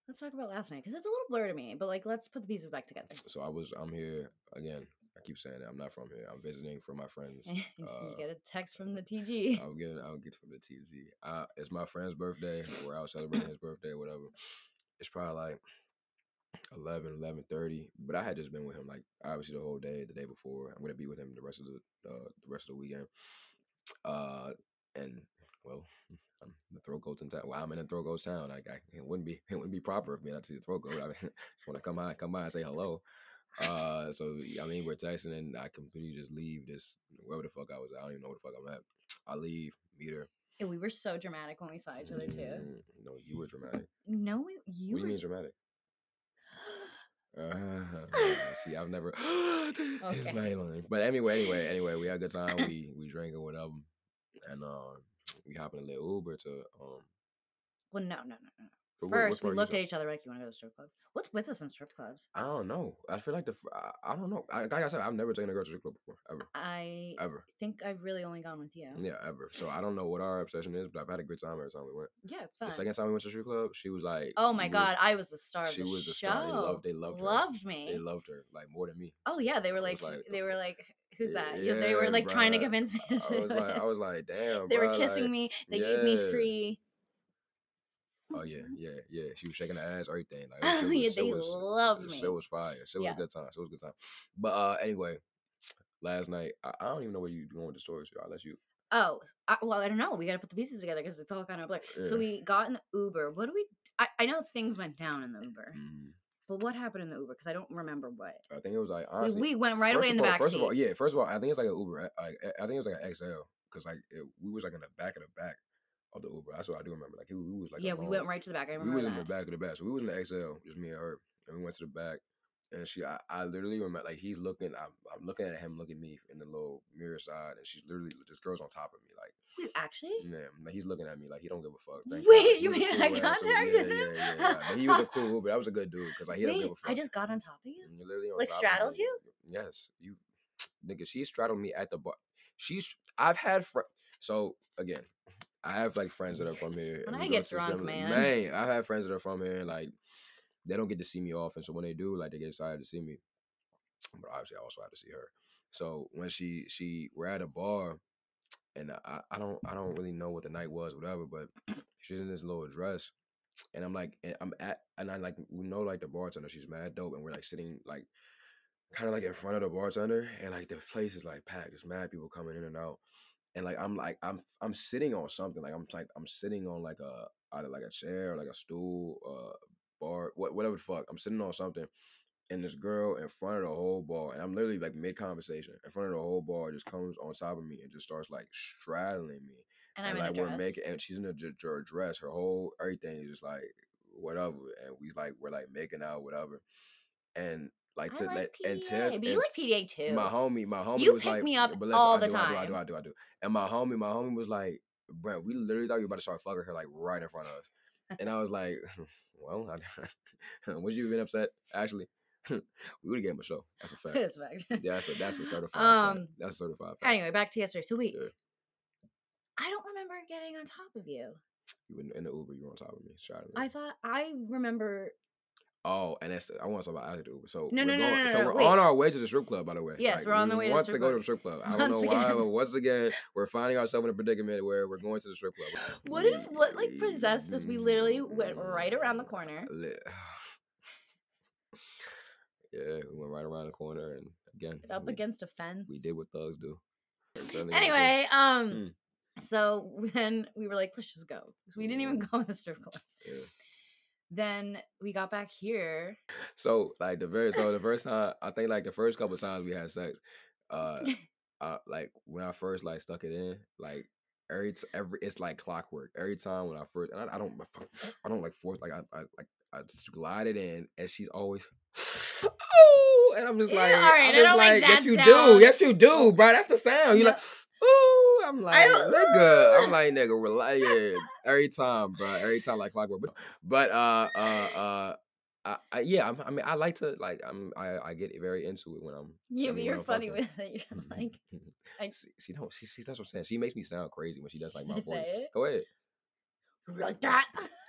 A: let's talk about last night because it's a little blur to me. But like, let's put the pieces back together.
B: So I was. I'm here again. I keep saying it. I'm not from here. I'm visiting from my friends.
A: you
B: uh,
A: get a text from the TG.
B: I'll get I'll get from the TZ. Uh, it's my friend's birthday. We're out celebrating his birthday, whatever. It's probably like 11, 11.30. But I had just been with him like obviously the whole day, the day before. I'm gonna be with him the rest of the uh, the rest of the weekend. Uh, and well, I'm in the throat goes in town. Well, I'm in the throat goes town. Like I, it wouldn't be it wouldn't be proper of me not to see the throat goat. I mean, just want to come by, come by and say hello. Uh, so I mean, we're texting, and I completely just leave this wherever the fuck I was. At. I don't even know where the fuck I'm at. I leave, meet her.
A: And we were so dramatic when we saw each other too.
B: Mm, No, you were dramatic.
A: No, we, you
B: what do you
A: were.
B: mean dramatic? Uh, see, I've never.
A: Okay.
B: okay. But anyway, anyway, anyway, we had a good time. We we drank or whatever, and um, we hop in a little Uber to um.
A: well, no, no, no, no.
B: wh- wh-
A: First,
B: which bar
A: we
B: you
A: looked
B: saw?
A: at each other like, "You want to go to the strip club? What's with us in strip clubs?"
B: I don't know. I feel like the. fr- I, I don't know. I, like I said, I've never taken a girl to the club before, ever,
A: I
B: ever.
A: think I've really only gone with you.
B: Uh Yeah, ever. So I don't know what our obsession is, but I've had a good time every time we went.
A: Yeah, it's fun.
B: The second time we went to the strip club, she was like,
A: oh my
B: we-
A: god, I was the star of
B: she
A: the
B: was
A: show.
B: the star. They loved, they loved her.
A: Loved me.
B: They loved her like more than me.
A: oh yeah, they were
B: I
A: like,
B: was like, the
A: they were
B: fuck?
A: like, who's
B: Yeah,
A: that? Yeah, they were
B: yeah,
A: like trying to
B: bruh.
A: convince me.
B: I was like, I was like, damn.
A: they were
B: bruh,
A: kissing
B: like-
A: me. They gave me
B: yeah.
A: free.
B: Oh yeah, yeah, yeah. She was shaking her ass, everything. Like,
A: Oh,
B: shit
A: yeah,
B: shit
A: they loved
B: shit
A: me.
B: was fire. Shit
A: Yeah.
B: was a good time. Shit was a good time. But uh, anyway, last night I, I don't even know where you going with the story. So I'll let you.
A: Oh, I, well, I don't know. We got to put the pieces together because it's all kind of blur.
B: Yeah.
A: So we got in the Uber. What do we? I, I know things went down in the Uber,
B: Mm,
A: but what happened in the Uber? Because I don't remember what.
B: I think it was like
A: We-
B: honestly.
A: we went right away
B: first
A: in
B: of
A: the
B: all-
A: back
B: First of all,
A: seat.
B: yeah. First of all, I think it's like an Uber. I, I, I think it was like an XL because like it, we was like in the back of the back of the Uber. That's what I do remember. Like it, we was like
A: yeah, we went
B: alone.
A: right to the back. I
B: we
A: remember
B: was
A: that.
B: in the back of the back. So we was in the XL, just me and her, and we went to the back. And she, I, I literally remember, like he's looking, I'm, I'm looking at him, looking at me in the little mirror side, and she's literally this girl's on top of me, like,
A: Wait, actually,
B: man, like, he's looking at me like he don't give a fuck. thank God.
A: Wait,
B: He
A: you
B: was
A: made
B: a cool
A: eye
B: ass dude.
A: contact
B: yeah,
A: with
B: yeah,
A: him?
B: yeah, yeah. But he was a cool, but I was a good dude because like he don't
A: wait,
B: give a fuck.
A: I just got on top of you.
B: yeah, You're literally on
A: Like,
B: top of
A: straddled
B: me. Yes, you, nigga. She straddled me at the bar. She's. I've had friends. So again, I have like friends that are from here.
A: When
B: and
A: I
B: we go
A: get
B: to
A: drunk,
B: some-
A: man.
B: man, I have friends that are from here. and, Like, they don't get to see me often. So when they do, like, they get excited to see me. But obviously, I also have to see her. So when she she we're at a bar, and I I don't I don't really know what the night was, whatever. But she's in this little dress, and I'm like, and I'm at, and I like we know like the bartender. She's mad dope, and we're like sitting like kind of like in front of the bartender, and like the place is like packed. There's mad people coming in and out, and like I'm like I'm I'm sitting on something. Like I'm like I'm sitting on like a either like a chair or like a stool, uh, bar, what whatever the fuck. I'm sitting on something. And this girl in front of the whole bar, and I'm literally like mid conversation in front of the whole bar, just comes on top of me and just starts like straddling me
A: and I'm in
B: like
A: a dress.
B: we're making and she's in a dr- dr- dress her whole everything is just like whatever and we like we're like making out whatever and like to
A: I like
B: let and
A: PDA,
B: Tiff
A: but
B: and
A: you like PDA too.
B: my homie my homie
A: You
B: was
A: pick
B: like
A: me up
B: "But listen,
A: all
B: I
A: the
B: do, I do I do I do I do and my homie my homie was like Brent we literally thought you were about to start fucking her like right in front of us and I was like well I, would you have been upset actually we would have gave him a show that's a fact
A: It's fact.
B: yeah, that's a that's a certified fact.
A: Um,
B: that's a certified fact.
A: Anyway, back to yesterday. So wait,
B: Yeah.
A: I don't remember getting on top of you.
B: you in, in the Uber you were on top of me shouting at me.
A: I thought I remember.
B: Oh, and that's I want to talk about after the Uber. So
A: No,
B: we're
A: no, no, no, no,
B: so
A: no,
B: we're
A: wait.
B: on our way to the strip club. By the way,
A: Yes, we're on the way to the
B: want
A: strip
B: to go to
A: club.
B: the strip club. I don't
A: Once
B: know why,
A: again.
B: but once again, we're finding ourselves in a predicament where we're going to the strip club.
A: What if what like possessed us? We literally went right around the corner.
B: mm. Li- yeah, we went right around the corner, and again,
A: up
B: we,
A: against a fence.
B: we did what thugs do. We're telling you,
A: Anyway, um, so then we were like, let's just go. 'Cause we didn't even
B: Mm.
A: go to the strip club.
B: Yeah.
A: Then we got back here.
B: So like the very so the first time I think like the first couple times we had sex, uh, uh like when I first like stuck it in, like every t- every it's like clockwork. Every time when I first and I, I don't I fuck- I don't like force like I, I like I just glide it in and she's always oh and I'm just
A: Ew,
B: like
A: all right,
B: I'm
A: I
B: just
A: don't like
B: like, yes
A: that
B: you do
A: sound."
B: yes you do bro that's the sound you
A: No.
B: like ooh I'm like
A: don't-
B: nigga I'm like nigga relax yeah, every time bro every time like clockwork but but uh uh uh. I, I, yeah, I'm, I mean, I like to like, I'm, I, I get very into it when I'm.
A: Yeah,
B: I
A: but
B: mean,
A: you're
B: motherfucker.
A: funny with it. You're
B: mm-hmm.
A: like, I-
B: See, see, no, she, she, that's what I'm saying. She makes me sound crazy when she does like my
A: Say
B: voice.
A: it.
B: Go ahead.
A: "You like that.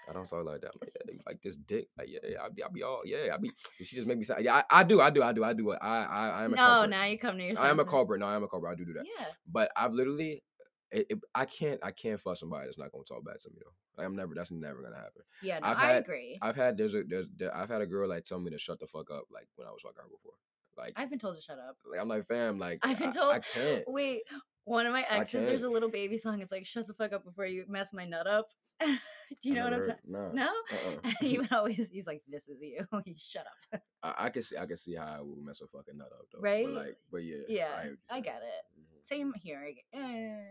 B: I don't talk like that. I'm like, yeah, you like this dick. Like, yeah, yeah, I be, I be all, yeah, I be. She just make me sound. Yeah, I, I do, I do, I do, I do. I, I, I am a
A: No,
B: culprit.
A: now you come to your
B: I am a
A: senses.
B: culprit. No, I am a culprit. I do do that.
A: Yeah.
B: But I've literally, it, it, I can't, I can't fuck somebody that's not gonna talk back to me though. Like, I'm never. That's never gonna happen.
A: Yeah, no,
B: I've
A: I
B: had-
A: agree.
B: I've had there's a there's there, I've had a girl like tell me to shut the fuck up like when I was fucking her before. Like,
A: I've been told to shut up.
B: like I'm like fam like
A: I've been
B: I-
A: told.
B: I can't.
A: Wait, one of my
B: I
A: exes. There's a
B: can't.
A: little baby song. It's like, "Shut the fuck up before you mess my nut up." Do you know what I'm
B: never-
A: talking?
B: Nah.
A: No.
B: Uh-uh.
A: he would always. He's like, "This is you." He shut up.
B: I, I can see I can see how it would mess a fucking nut up though.
A: Right?
B: But like, but yeah.
A: Yeah,
B: hear what you're
A: I
B: saying.
A: get it.
B: Mhm.
A: Same here. I get, eh.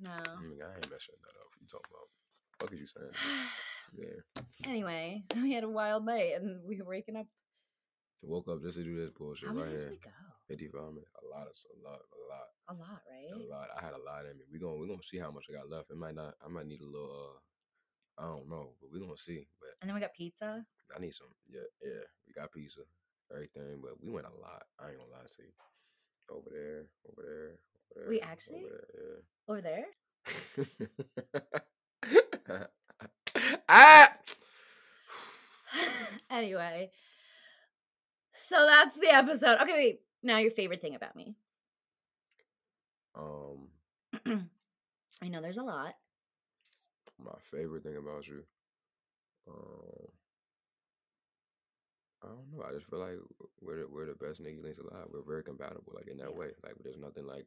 A: No.
B: Mm, I ain't messing that up. You talking about? Fuck is you saying? Yeah.
A: anyway, so we had a wild night, and we were waking up.
B: Woke up just to do this bullshit
A: How many
B: right
A: times did
B: here.
A: we go?
B: Fifty five minutes. A lot. It's a lot. A lot.
A: A lot, right?
B: A lot. I had a lot in me. We gonna we gonna see how much I got left. It might not. I might need a little. uh I don't know, but we gonna see. But
A: And then we got pizza.
B: I need some. Yeah, yeah. We got pizza, everything, but we went a lot. I ain't gonna lie to you. Over there, over there, over there.
A: We actually?
B: Over
A: over there.
B: there, yeah. ah!
A: anyway, so that's the episode. Okay, wait. Now your favorite thing about me.
B: Um,
A: I know there's a lot.
B: my favorite thing about you. Um, I don't know. I just feel like we're the, we're the best nigga links alive. We're very compatible, like in that
A: Yeah.
B: way. Like there's nothing like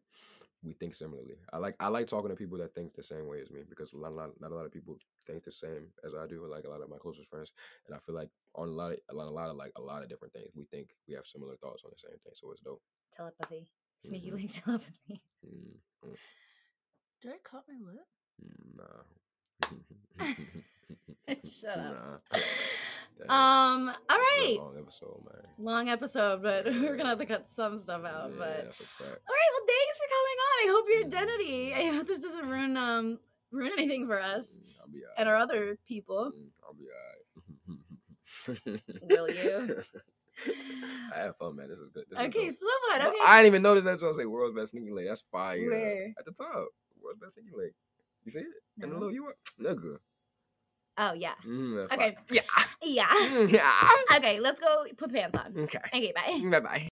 B: we think similarly. I like I like talking to people that think the same way as me because a lot, lot not a lot of people think the same as I do. Like a lot of my closest friends, and I feel like on a lot of, a lot a lot of like a lot of different things we think we have similar thoughts on the same thing. So it's dope.
A: Telepathy. Sneaky
B: Mhm.
A: link telepathy.
B: Mm,
A: Did I cut my lip?
B: mm, nah.
A: Shut up.
B: Nah.
A: Um. All
B: This is a
A: right.
B: Long episode, man.
A: Long episode, but we're gonna have to
B: Yeah.
A: cut some stuff out.
B: Yeah, Mm-hmm.
A: But
B: that's a fact.
A: All right. Well, thanks for coming on. I hope your identity. I hope this doesn't ruin um ruin anything for us
B: Mm, I'll be alright.
A: and our other people.
B: Mm, I'll be alright.
A: Will you?
B: I had fun, man. This is good. This is
A: okay,
B: dope.
A: somewhat.
B: But
A: Okay.
B: I didn't even notice that's what I was like. World's best sneaky link. That's fire.
A: Where?
B: At the top. World's best sneaky link. You see it? And the
A: No.
B: little you are. Nigga.
A: Oh yeah.
B: Mm, that's
A: Okay.
B: fire. Yeah.
A: Yeah.
B: Mm, yeah.
A: okay, let's go put pants on.
B: Okay.
A: Okay, bye.
B: Bye bye.